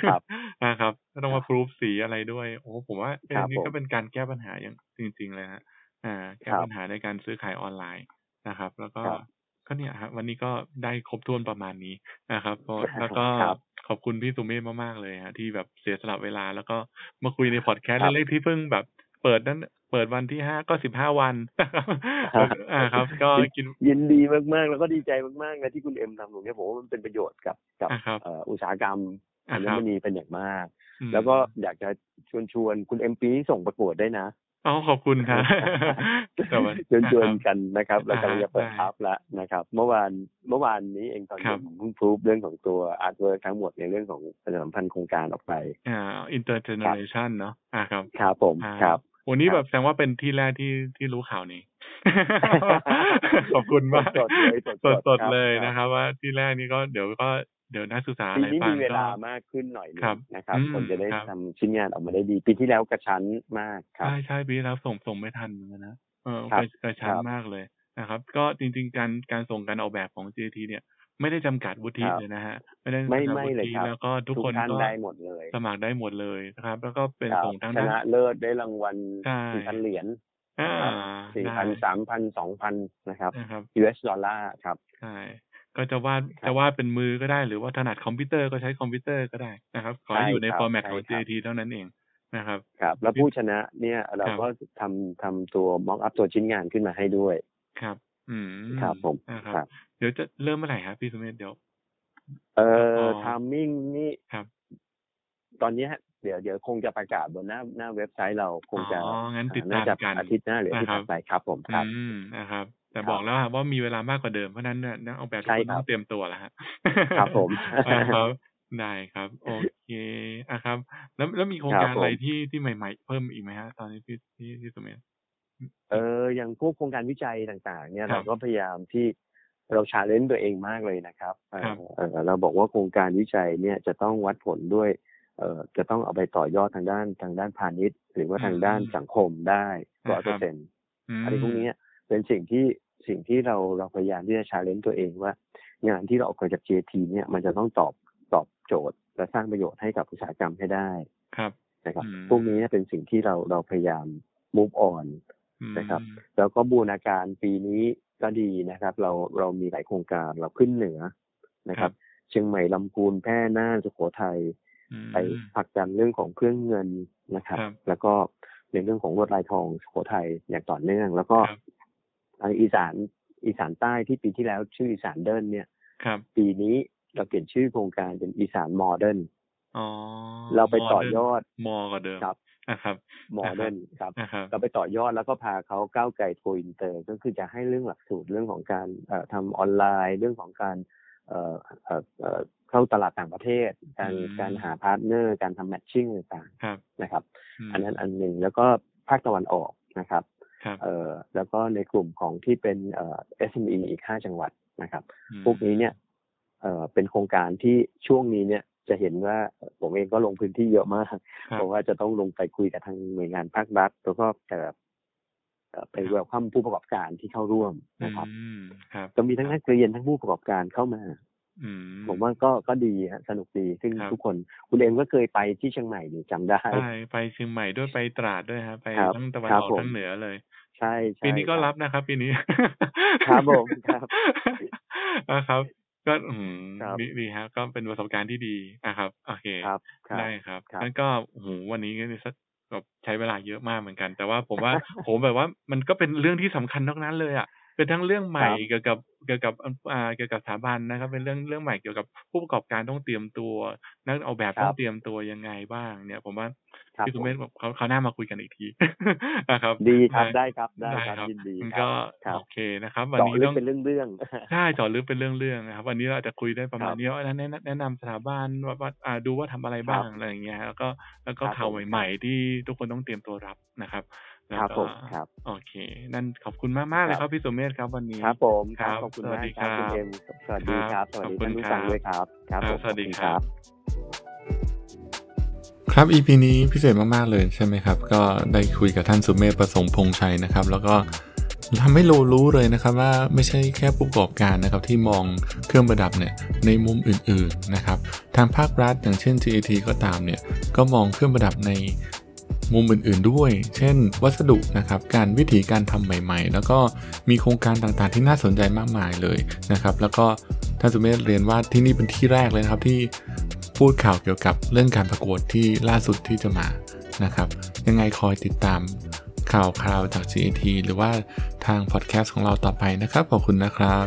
B: ครับ
A: [LAUGHS] นะครับก็ต้อง
B: ครั
A: มา
B: บ
A: พรูฟสีอะไรด้วย โอ้ผมว่าเออ
B: ครับ
A: นี่ก็
B: ผม
A: เป็นการแก้ปัญหาอย่างจริง ๆ เลยฮะอ่า แก้
B: ครับ
A: ปัญหาในการซื้อขายออนไลน์นะครับ แล้วก็
B: ครับ
A: ก็เนี่ยฮะวันนี้ก็ได้ครบถ้วนประมาณนี้นะครับก็แล้วก็
B: ครับ
A: ขอบคุณพี่สุเมธมากๆเลยฮะที่แบบเสียสละเวลาแล้วก็มาคุยในพอดแคสต์
B: ครับ
A: เล็กๆที่เพิ่งแบบ เปิดนั้นเปิดวันที่ห้าก็สิบห้าวัน
B: ครับ
A: [LAUGHS] อ่าครับ ก็กิน
B: ำยินดีมากๆ แล้วก็ดีใจมากๆนะที่คุณเอ็มทำตรงเนี้ยผมว่ามันเป็นประโยชน์กับกับ
A: อ่าครับ
B: เอ่ออุตสาหกรรมอั
A: อ่า
B: ญ
A: ครับ
B: มณีเป็นอย่างมาก
A: อืม
B: แล้วก็อยากจะชวนชวนคุณเอ็มปีนี้ส่งประกวดได้วยนะ
A: อ๋อขอบคุณครับแต่ว่า
B: [LAUGHS] ชวนชวน
A: อ่าครับ
B: กันนะครับเรากำลังจะเปิด
A: อ่าฮะ
B: ทับแล้วนะครับ เมื่อวานเมื่อวานนี้เองตอน
A: ครั
B: เย็
A: บ
B: นผมเพิ่งพรูฟเรื่องของตัวอาร์ตเวิร์ทั้งหมดในเรื่องของประชาสัมพันธ์โครงการออกไป
A: อ่าอินเตอร์เจเนอเรชันเนาะอ่าครับ
B: ครับผม
A: อ่า
B: ครับ
A: วันนี้
B: ครับ
A: แบบแสดงว่าเป็นที่แรกที่ที่รู้ข่าว
B: [LAUGHS]
A: นี้ ขอบคุณมาก
B: สดๆเลย
A: สด
B: สดๆครับ
A: เลยนะครับ ว่าที่แรกนี่ก็เดี๋ยวก็เดี๋ยวนักศึกษาอะ
B: ปี
A: ไร
B: นี้
A: ฟั
B: มี
A: ง
B: เว
A: ก็
B: ลามากขึ้นหน่อยนึง
A: ครับ
B: นะครับ
A: อืม
B: ผมจะได้
A: ครับ
B: ทำชิ้นงานออกมาได้ดี ปีที่แล้วกระชั้นมากครับ
A: ใช่ใช่ปีที่แล้วส่งส่งไม่ทันเหมือนกันนะเออ
B: ครับ
A: กระกระชั้น
B: ครับ
A: มากเลยนะครับ ก็จริง ๆ การการส่งการออกแบบของ JT เนี่ย ไม่ได้จำกัดวุฒิ
B: ครับ
A: เลยนะฮะ ไม่ได้
B: ไม่
A: จำกัด
B: ไม่
A: วุ
B: เลย
A: ฒิ
B: ครับ
A: แล้วก็ทุกคน
B: ทุกท่าน
A: ก็
B: ได้หมดเลย
A: สมัครได้หมดเลยนะครับ แล้วก็เป็น
B: ครับ
A: ส่งทั้ง
B: ช
A: ด้า
B: นะ
A: น
B: เลิศได้รางวัล
A: ใช่
B: สี่พันเหรียญ
A: อ่า
B: สี่
A: ได้
B: พันสามพันสองพันนะครับ
A: นะครับ
B: US ดอลลาร์ครับ
A: ใช่ ก็จะวาดจะวาดเป็นมือก็ได้ หรือว่าถนัดคอมพิวเตอร์ก็ใช้คอมพิวเตอร์ก็ได้นะครับ ขอให้อยู่ใน
B: ใช่ครับ
A: ฟอร์แมตของ
B: ใช่ครับ
A: JT เท่านั้นเองนะครับ
B: ครับ แล้วผู้ชนะเนี่ยเรา
A: ครับ
B: ก็ทำทำตัวม็อกอัพตัวชิ้นงานขึ้นมาให้ด้วย
A: ครับ อืม
B: ครับผม
A: นะครับ
B: ครับ
A: เดี๋ยวจะเริ่มเมื่อไหร่ครับพี่สุเมธเดี๋ยว
B: เอ่อ
A: อ
B: อทามมิ่งนี่
A: ครับ
B: ตอนเนี้ยเดี๋ยวเดี๋ยวคงจะประกาศบนหน้าหน้าเว็บไซต์เราคงจะ
A: อ๋องั้นติด
B: น่า
A: ตาม
B: จะ
A: กัน
B: อาทิตย์หน้าหรืออาทิตย์
A: นะครับ
B: ถัดไปครับผมครับ
A: อืมนะครับ แต่
B: ครับ
A: บอกแล้วว่ามีเวลามากกว่าเดิมเพราะฉะนั้นเนี่ยนักออกแบบทุก
B: ใช่
A: คน
B: ครับ
A: ต้องเตรียมตัวแล้วฮะ
B: ครับผม
A: [LAUGHS] นะครับได้ครับ โอเคอ่ะครับ แล้วแล้วมีโครงการ
B: ครับผม
A: อะไรที่ที่ใหม่ ๆ เพิ่มอีกไหมฮะตอนนี้พี่ที่ที่สุเมธ
B: เอออย่างพวกโครงการวิจัยต่างๆ เนี่ย
A: ครับ
B: เราก็พยายามที่เราชาเลนจ์ตัวเองมากเลยนะครับเอ่อ
A: ครับ
B: เอ่อเราบอกว่าโครงการวิจัยเนี่ยจะต้องวัดผลด้วยเอ่อจะต้องเอาไปต่อยอดทางด้านทางด้านพาณิชย์ หรือว่าทางด้านสังคมได้ร้อยเปอร์เซ็นต์
A: ม
B: อะไรพวกเนี้ยเป็นสิ่งที่สิ่งที่เราเราพยายามที่จะชาเลนจ์ตัวเองว่า งานที่เราออกมาจาก JT เนี่ยมันจะต้องตอบตอบโจทย์ และสร้างประโยชน์ให้กับอุตสาหกรรมให้ได้
A: ครับ
B: นะครับ
A: อืม
B: พวกนี้เป็นสิ่งที่เราเราพยายาม move on
A: อืม
B: นะครับ แล้วก็บูรณาการปีนี้ก็ดีนะครับ เราเรามีหลายโครงการเราขึ้นเหนือนะครั
A: ครับ บ
B: เชียงใหม่ลำพูนแพร่น่านสุโขทัย
A: อืม
B: ไปผลักดันเรื่องของเครื่องเงินนะครับ
A: ครับ
B: แล้วก็ในเรื่องของลวดลายทองสุโขทัยอย่างต่อเนื่อง แล้วก็
A: ครับ
B: ทางอีสานอีสานใต้ที่ปีที่แล้วชื่ออีสานเดินเนี่ย
A: ครับ
B: ปีนี้เราเปลี่ยนชื่อโครงการเป็นอีสานโมเดิร์น
A: อ๋อ
B: เราไปต่อยอด
A: มอก็เดิม
B: ครับ
A: นะครับ
B: โมเดิร์นครับ
A: นะครับ
B: เราไปต่อยอดแล้วก็พาเขาก้าวไกลโทรอินเตอร์ ก็คือจะให้เรื่องหลักสูตรเรื่องของการเอ่อทำออนไลน์ เรื่องของการเอ่อเอ่อเอ่อเข้าตลาดต่างประเทศ การ
A: อืม
B: การหาพาร์ทเนอร์การทำแมทชิ่งต่าง
A: ครับ
B: ๆนะครับ
A: ม
B: อันนั้นอันหนึ่งแล้วก็ภาคตะวันออกนะครับ
A: ครับ
B: เอ่อแล้วก็ในกลุ่มของที่เป็นเอ่อ SME อีกห้าจังหวัดนะครับ
A: อืม
B: พวกนี้เนี่ยเอ่อเป็นโครงการที่ช่วงนี้เนี่ยจะเห็นว่าผมเองก็ลงพื้นที่เยอะมาก
A: ครับ
B: เพราะว่าจะต้องลงไปคุยกับทางหน่วยงานภาครัฐแล้วก็เอ่อเอ่อไป
A: ครับ
B: เวลคัมผู้ประกอบการที่เข้าร่วมนะครับ
A: อืมครับ
B: ก็มีทั้งนักเรียนทั้งผู้ประกอบการเข้ามา
A: อืม
B: ผมว่าก็ก็ดีฮะสนุกดีซึ่ง
A: ครับ
B: ทุกคน คุณเองก็เคยไปที่เชียงใหม่นี่จำได้
A: ไปไปเชียงใหม่ด้วยไปตราดด้วยฮะไป
B: ครับ
A: ทั้งตะวัน
B: ครั
A: อบ อก
B: ผม
A: ทั้งเหนือเลย
B: ใช่ใช่
A: ปีนี้ก็
B: ค
A: รับนะครับ ปีนี้
B: ครับผมครับ
A: [LAUGHS] นะครับ ก็อืม
B: ครับ
A: ดีดีฮะ ก็เป็นประสบการณ์ที่ดีอ่ะครับโอเค
B: ครับครับ
A: ได้ครับ
B: ครับ
A: นั่นก็โอ้โหวันนี้ก็เนี่ยสักแบบใช้เวลาเยอะมากเหมือนกัน แต่ว่าผมว่า [LAUGHS] โหแบบว่ามันก็เป็นเรื่องที่สำคัญทั้งนั้นเลยอ่ะเป็นทั้งเรื่องใหม่
B: ครับ
A: เกี่ยวกับเกี่ยวกับอ่าเกี่ยวกับสถาบันนะครับ เป็นเรื่องเรื่องใหม่เกี่ยวกับผู้ประกอบการต้องเตรียมตัว นักออกแบบ
B: ครับ
A: ต้องเตรียมตัวยังไงบ้าง เนี่ย ผมว่า
B: ครับ
A: พี่สุ
B: ผม
A: เมธบอกเขาเขาวหน้ามาคุยกันอีกที [LAUGHS] นะครับ
B: ดีครับ
A: ได้
B: ได้ครับได้ครั
A: ได้
B: บ
A: ครับ
B: ยินดี
A: มัน
B: ครั
A: ก็
B: บครับ
A: โอเคนะครับ วัน
B: เจาะ
A: นี้
B: ลึก
A: ต้อง
B: เป็นเรื่องเรื่องๆ
A: ใช่เจาะลึกเป็นเรื่องๆนะครับ วันนี้เราอาจจะคุยได้ประมาณ
B: ครับ
A: นี้ว่าแนะนำแนะนำสถาบันว่าว่าอ่าดูว่าทำอะไรบ้าง
B: ครับ
A: อะไรอย่างเงี้ยแล้วก็แล้วก็
B: ครับ
A: ข่าว
B: ผม
A: ใหม่ๆที่ทุกคนต้องเตรียมตัวรับนะครับแล้ว
B: ครับ
A: ก็
B: ผมครับ
A: โอเค นั่นขอบคุณมากๆเลย
B: ค
A: ครับ รับพี่สุเมธครับวันนี้
B: ครับผมครับ
A: ครับ
B: ขอบคุณ
A: สวั
B: มาก
A: สดี
B: ครับคุณ
A: ครับ
B: เอ็มสวัสดีครับ ส
A: ขอ
B: วัสดี
A: บคุณ
B: ท่านผู้ฟัง
A: ครับ
B: ด้วยครับครับ
A: ครับ
B: ผม
A: สวัสดี
B: ขอบคุณ
A: ครับ ครับ EP นี้พิเศษมากๆเลยใช่ไหมครับ ก็ได้คุยกับท่านสุเมธประสงค์พงษ์ชัยนะครับ แล้วก็ทำให้เรารู้เลยนะครับว่าไม่ใช่แค่ผู้ประกอบการนะครับที่มองเครื่องประดับเนี่ยในมุมอื่นๆนะครับ ทางภาครัฐอย่างเช่น GAT ก็ตามเนี่ยก็มองเครื่องประดับในมุมอื่นๆด้วย เช่น วัสดุนะครับ การวิธีการทำใหม่ๆ แล้วก็มีโครงการต่างๆที่น่าสนใจมากมายเลยนะครับ แล้วก็ท่านสุเมธเรียนว่าที่นี่เป็นที่แรกเลยนะครับที่ พูดข่าวเกี่ยวกับเรื่องการประกวดที่ล่าสุดที่จะมานะครับ ยังไงคอยติดตามข่าวคราวจาก GAT หรือว่าทางพอดแคสต์ของเราต่อไปนะครับ ขอบคุณนะครับ